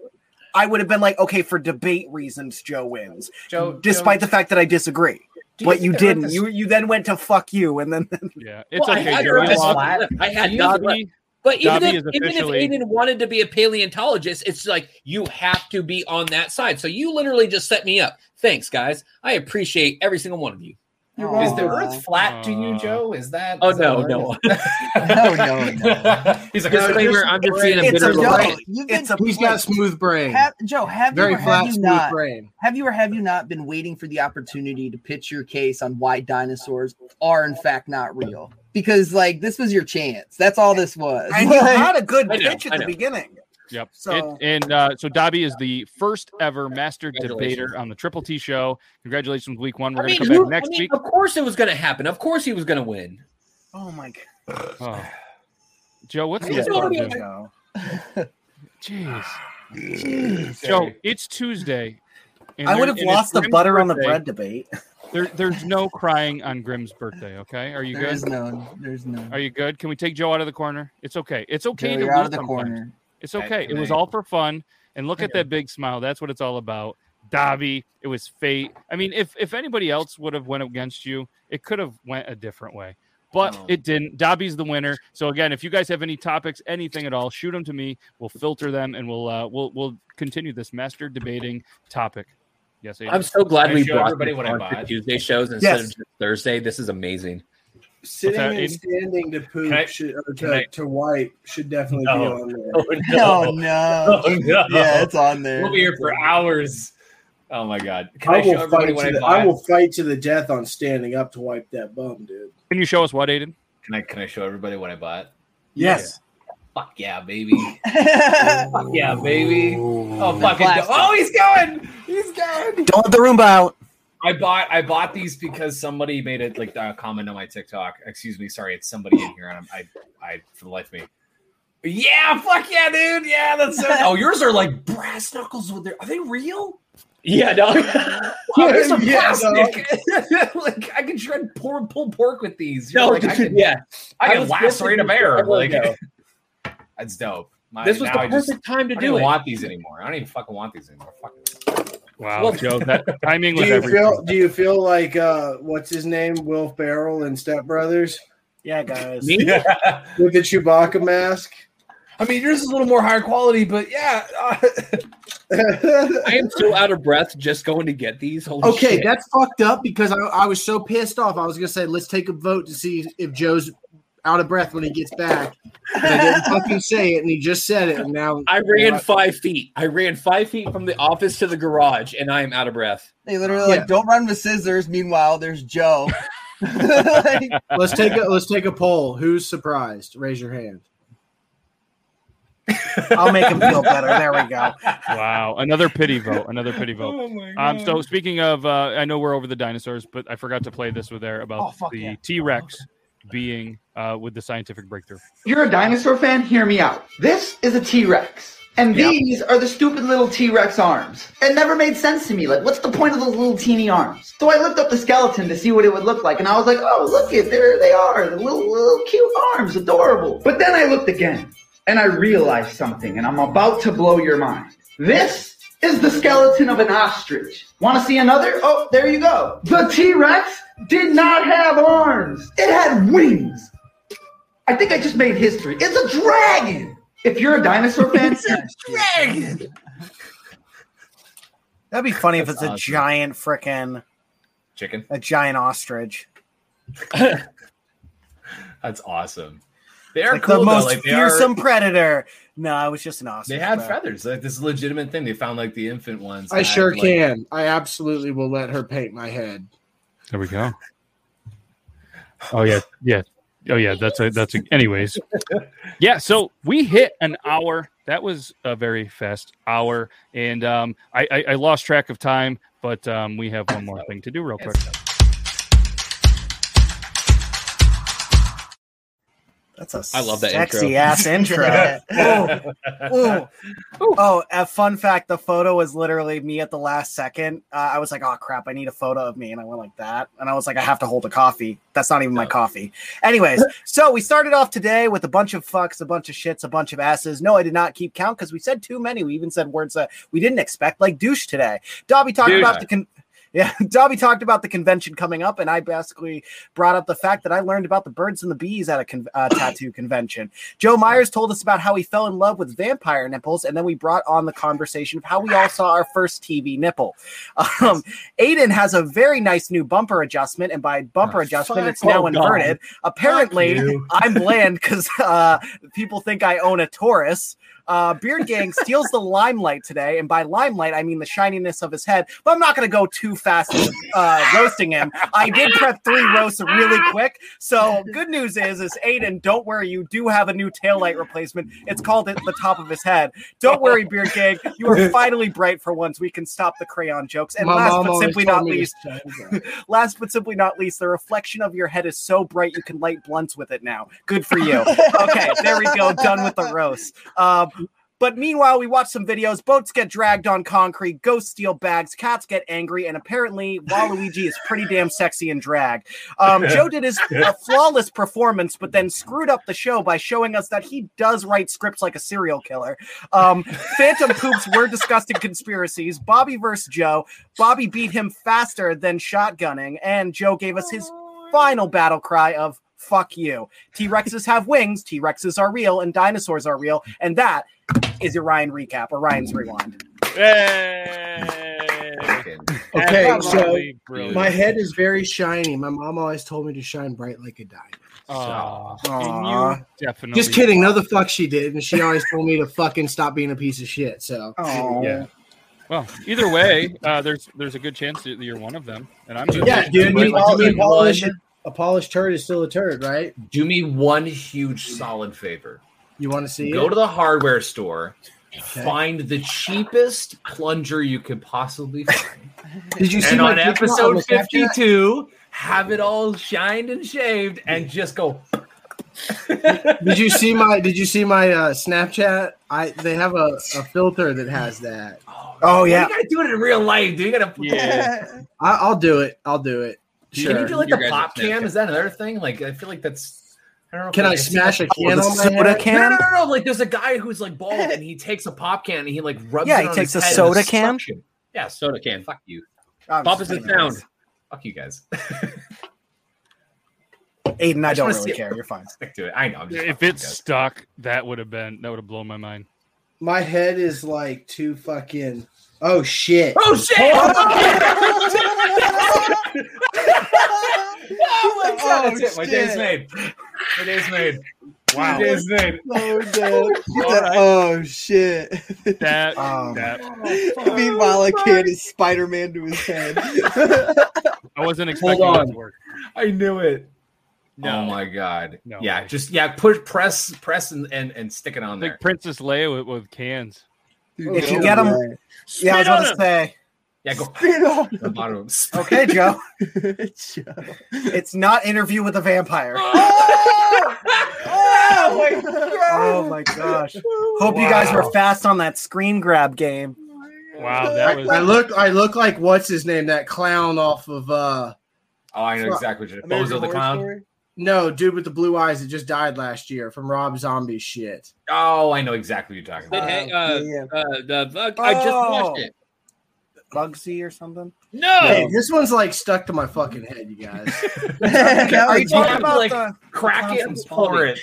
I would have been like, okay, for debate reasons, Joe wins, Joe- despite Joe- the fact that I disagree. Do you but think you they're at didn't. this- You you then went to fuck you, and then yeah, Well, it's I okay. had Jimmy. her as Well, flat. I had nothing Dobby- left. But even Dobby if, is even if officially- Aiden wanted to be a paleontologist, it's like you have to be on that side. So you literally just set me up. Thanks, guys. I appreciate every single one of you. Is the Earth flat to Uh. you, Joe? Is that? Oh is that no, what no. no, no, no. He's like, Disclaimer, I'm just seeing a It's bitter a little- brain. You've been- It's a He's got a smooth brain. Have, Joe, have Very you or flat, have you smooth not? brain. Have you or have you not been waiting for the opportunity to pitch your case on why dinosaurs are in fact not real? Because like this was your chance. That's all this was. and you Like- had a good I know, pitch I at the know. beginning. Yep. So- It- and uh, so Dobby is the first ever master debater Congratulations. on the Triple T show. Congratulations, week one. We're going I to mean, come who- back next I mean, week. of course it was going to happen. Of course he was going to win. Oh my god. Oh. Joe, what's There's this? bar nobody doing? No. Jeez. Joe, it's Tuesday. and I there- would have and it's lost the Grimm's butter on the birthday. bread debate. There, there's no crying on Grimm's birthday. Okay, are you There good? is no, there's no. Are you good? Can we take Joe out of the corner? It's okay. It's Joe, okay to you're out lose of the sometimes. corner. It's okay. It was Right. all for fun. And look at that big smile. That's what it's all about. Davi, it was fate. I mean, if if anybody else would have went against you, it could have went a different way. But Oh. it didn't. Dobby's the winner. So again, if you guys have any topics, anything at all, shoot them to me. We'll filter them, and we'll uh, we'll we'll continue this master debating topic. Yes, Aiden? I'm so glad I we show brought everybody this what I on to bought. Tuesday shows instead Yes. of just Thursday. This is amazing. Sitting that, and Aiden? standing to poop Can I- should, or can to, I- to wipe should definitely No. be on there. Oh, Oh no. no. Yeah, it's on there. We'll be here for hours. Oh my god! Can I, I show will everybody fight. what I To the, bought? I will fight to the death on standing up to wipe that bum, dude. Can you show us what, Aiden? Can I? Can I show everybody what I bought? Yes. Fuck yeah, baby! That's Fuck yeah, baby! Oh fucking! Plastic. Oh, he's going! He's going! Don't let the Roomba out. I bought I bought these because somebody made it like a comment on my TikTok. Excuse me, sorry, it's somebody in here, and I'm, I I for the life of me. Yeah, fuck yeah, dude. Yeah, that's so. oh, yours are like brass knuckles with their. Are they real? Yeah, no. Wow, these are Yeah, plastic. like I can shred poor pulled pork with these. You know, no, like, I dude, can, yeah. I I can was lacerate a listening to bear. you. Like No. that's dope. My- This was now the I perfect just- time I to don't do even it. want these anymore. I don't even fucking want these anymore. Fuck. Wow, Well- Joe, that timing Do was you everything. feel? Do you feel like uh, what's his name, Will Ferrell and Step Brothers Yeah, guys. Me? with the Chewbacca mask? I mean, yours is a little more higher quality, but yeah. uh, I am so out of breath just going to get these. Holy Okay, shit. that's fucked up because I, I was so pissed off. I was gonna say let's take a vote to see if Joe's out of breath when he gets back. But I didn't fucking say it, and he just said it, and now I ran five feet. I ran five feet from the office to the garage, and I am out of breath. They literally like don't run with scissors. Meanwhile, there's Joe. Like, Let's take a let's take a poll. Who's surprised? Raise your hand. I'll make him feel better. There we go. Wow, another pity vote. Another pity Oh vote. my Um, so speaking of, uh, I know we're over the dinosaurs, but I forgot to play this with there Oh, about fuck the yeah. T Rex Oh, being uh, with the scientific breakthrough. You're a dinosaur fan? Hear me out. This is a T Rex. And Yep. these are the stupid little T Rex arms. It never made sense to me. Like, what's the point of those little teeny arms? So I looked up the skeleton to see what it would look like, and I was like, oh, look it, there they are. The little, little cute arms, adorable. But then I looked again, and I realized something, and I'm about to blow your mind. This is the skeleton of an ostrich. Want to see another? Oh, there you go. The T Rex did not have arms, it had wings. I think I just made history. It's a dragon. If you're a dinosaur fan, it's a dragon. That'd be funny if That's it's a awesome. giant frickin' Chicken. a giant ostrich. That's awesome. They are like cool, the though. most Like, they are- fearsome predator. No, it was just an They ostrich. had bro. feathers. Like this is a legitimate thing. They found like the infant ones. I that sure had, like- can. I absolutely will let her paint my head. There we go. Oh yeah, yeah. Oh yeah, that's a that's a. Anyways, yeah. So we hit an hour. That was a very fast hour, and um, I, I I lost track of time, but um, we have one more thing to do real quick. That's a I love that sexy intro. ass intro. oh, oh, oh! A fun fact: the photo was literally me at the last second. Uh, I was like, "Oh crap! I need a photo of me," and I went like that. And I was like, "I have to hold a coffee." That's not even my coffee. Anyways, so we started off today with a bunch of fucks, a bunch of shits, a bunch of asses. No, I did not keep count because we said too many. We even said words that we didn't expect, like douche today. Dobby talked Douche. about the. Con- yeah, Dobby talked about the convention coming up, and I basically brought up the fact that I learned about the birds and the bees at a con- uh, tattoo convention. Joe Myers told us about how he fell in love with vampire nipples, and then we brought on the conversation of how we all saw our first TV nipple. Um, Aiden has a very nice new bumper adjustment, and by bumper adjustment, fuck. it's now Oh, God. inverted. Apparently, Fuck you. I'm bland because uh, people think I own a Taurus. Uh, Beard Gang steals the limelight today, and by limelight I mean the shininess of his head. But I'm not going to go too fast with, uh, roasting him. I did prep three roasts really quick. So good news is, is Aiden, don't worry, you do have a new taillight replacement. It's called at the top of his head. Don't worry, Beard Gang, you are finally bright for once. We can stop the crayon jokes. And My last mom but always simply told not me to least, last but simply not least, the reflection of your head is so bright you can light blunts with it now. Good for you. Okay, there we go. Done with the roast. Um, but meanwhile, we watch some videos. Boats get dragged on concrete. Ghosts steal bags. Cats get angry. And apparently, Waluigi is pretty damn sexy in drag. Um, Joe did his a flawless performance, but then screwed up the show by showing us that he does write scripts like a serial killer. Um, Phantom poops were disgusting conspiracies. Bobby versus Joe. Bobby beat him faster than shotgunning, and Joe gave us his final battle cry of "fuck you." T Rexes have wings. T Rexes are real, and dinosaurs are real, and that is your Ryan recap or Ryan's rewind. Okay, so Absolutely brilliant. my head is very shiny. My mom always told me to shine bright like a diamond. So- Aw. Aw. And you definitely Just kidding. No, the fuck she did, and she always told me to fucking stop being a piece of shit. Oh, So Yeah. Well, either way, uh, there's there's a good chance that you're one of them, and I'm doing yeah, it. dude. Right, you like pol- you you said, polish- one- a polished turd is still a turd, right? Do me one huge solid favor. You want to see? Go it? to the hardware store, find the cheapest plunger you could possibly find. Did you see and my on picture on the episode Snapchat? 52, have it all shined and shaved and just go, did you see my did you see my uh, snapchat i they have a, a filter that has that oh, You gotta do it in real life, dude. You gotta, I, i'll do it i'll do it Can you sure. do like the pop cam? Is that another thing? Like, I feel like that's. I don't know if Can I I've seen smash that a before. can Oh, The on my head? No, no, no, no. Like, there's a guy who's like bald and he takes a pop can and he like rubs. Yeah, it he on takes his a head and soda it's can? suction. Yeah, soda can. Fuck you. I'm Pop is just the kidding, guys. sound. Fuck you guys. Aiden, I, I just don't wanna really see it. care. You're fine. Stick to it. I know. I'm just If it stuck, that would have been that would have blown my mind. my head is like too fucking oh shit Oh, shit! oh, my God, Oh, that's it. My day's shit. made. My day's made. Wow. My day's made. Oh, dude. oh shit! That, Oh Um, that. Meanwhile, a kid is Spider-Man to his head. I wasn't Hold expecting that to on. work. I knew it. No. Oh my god. No. Yeah, just yeah, push press press and and, and stick it on there. Like Princess Leia with, with cans. If you oh get them, yeah, I was gonna say. Yeah, go the bottom of 'em. Okay, Joe. It's not interview with a vampire. oh, my Oh my gosh! Hope you guys were Wow. fast on that screen grab game. Wow, I, I look i look like what's his name that clown off of uh Oh, I know Fuck. exactly what you're American Oh, Bozo the Horror Clown. Story? no dude with the blue eyes that just died last year from rob zombie shit Oh, I know exactly what you're talking But about. hey, uh, uh, the fuck, I just Oh. watched it. Bugsy or something. No, Hey, this one's like stuck to my fucking head, you guys. Are you talking It's hard to, about like, the crack it and pour it.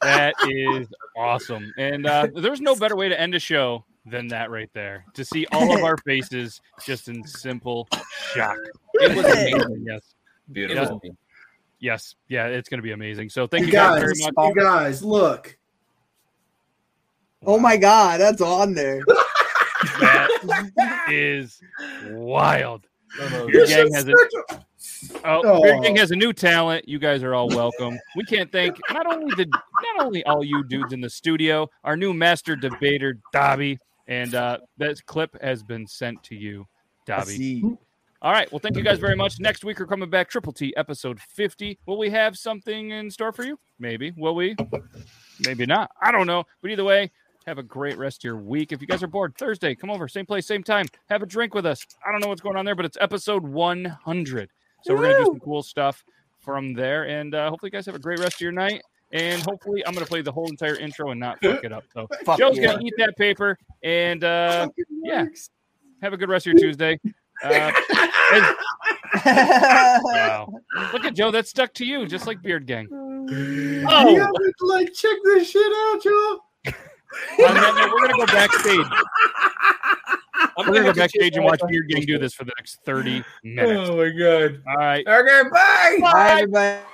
That is awesome. And uh, there's no better way to end a show than that right there. To see all of our faces just in simple shock. It was amazing. Yes. Beautiful. Yes. Yes. Yeah, it's going to be amazing. So thank You you guys, guys, very you much. guys, look. Oh my god, that's on there. That is wild. Beard You're Gang so has a, special. oh, Oh. Beard Gang has a new talent. You guys are all welcome. We can't thank not only the not only all you dudes in the studio, our new master debater Dobby, and uh, that clip has been sent to you, Dobby. All right. Well, thank you guys very much. Next week we're coming back Triple T episode 50. Will we have something in store for you? Maybe. Will we? Maybe not. I don't know. But either way, have a great rest of your week. If you guys are bored, Thursday, come over, same place, same time. Have a drink with us. I don't know what's going on there, but it's episode 100. So we're going to do some cool stuff from there. And uh, hopefully, you guys have a great rest of your night. And hopefully, I'm going to play the whole entire intro and not fuck it up. So Fuck Joe's yeah. going to eat that paper. And uh, yeah, have a good rest of your Tuesday. Uh, and- wow. Look at Joe, that stuck to you, just like Beard Gang. Mm. Oh. You guys are like, check this shit out, y'all. On that note, we're going to go backstage. I'm We're going to have go to backstage check and watch out- Oh, Beard Gang do this for the next 30 minutes. my god. All right. Okay, bye. Bye, everybody.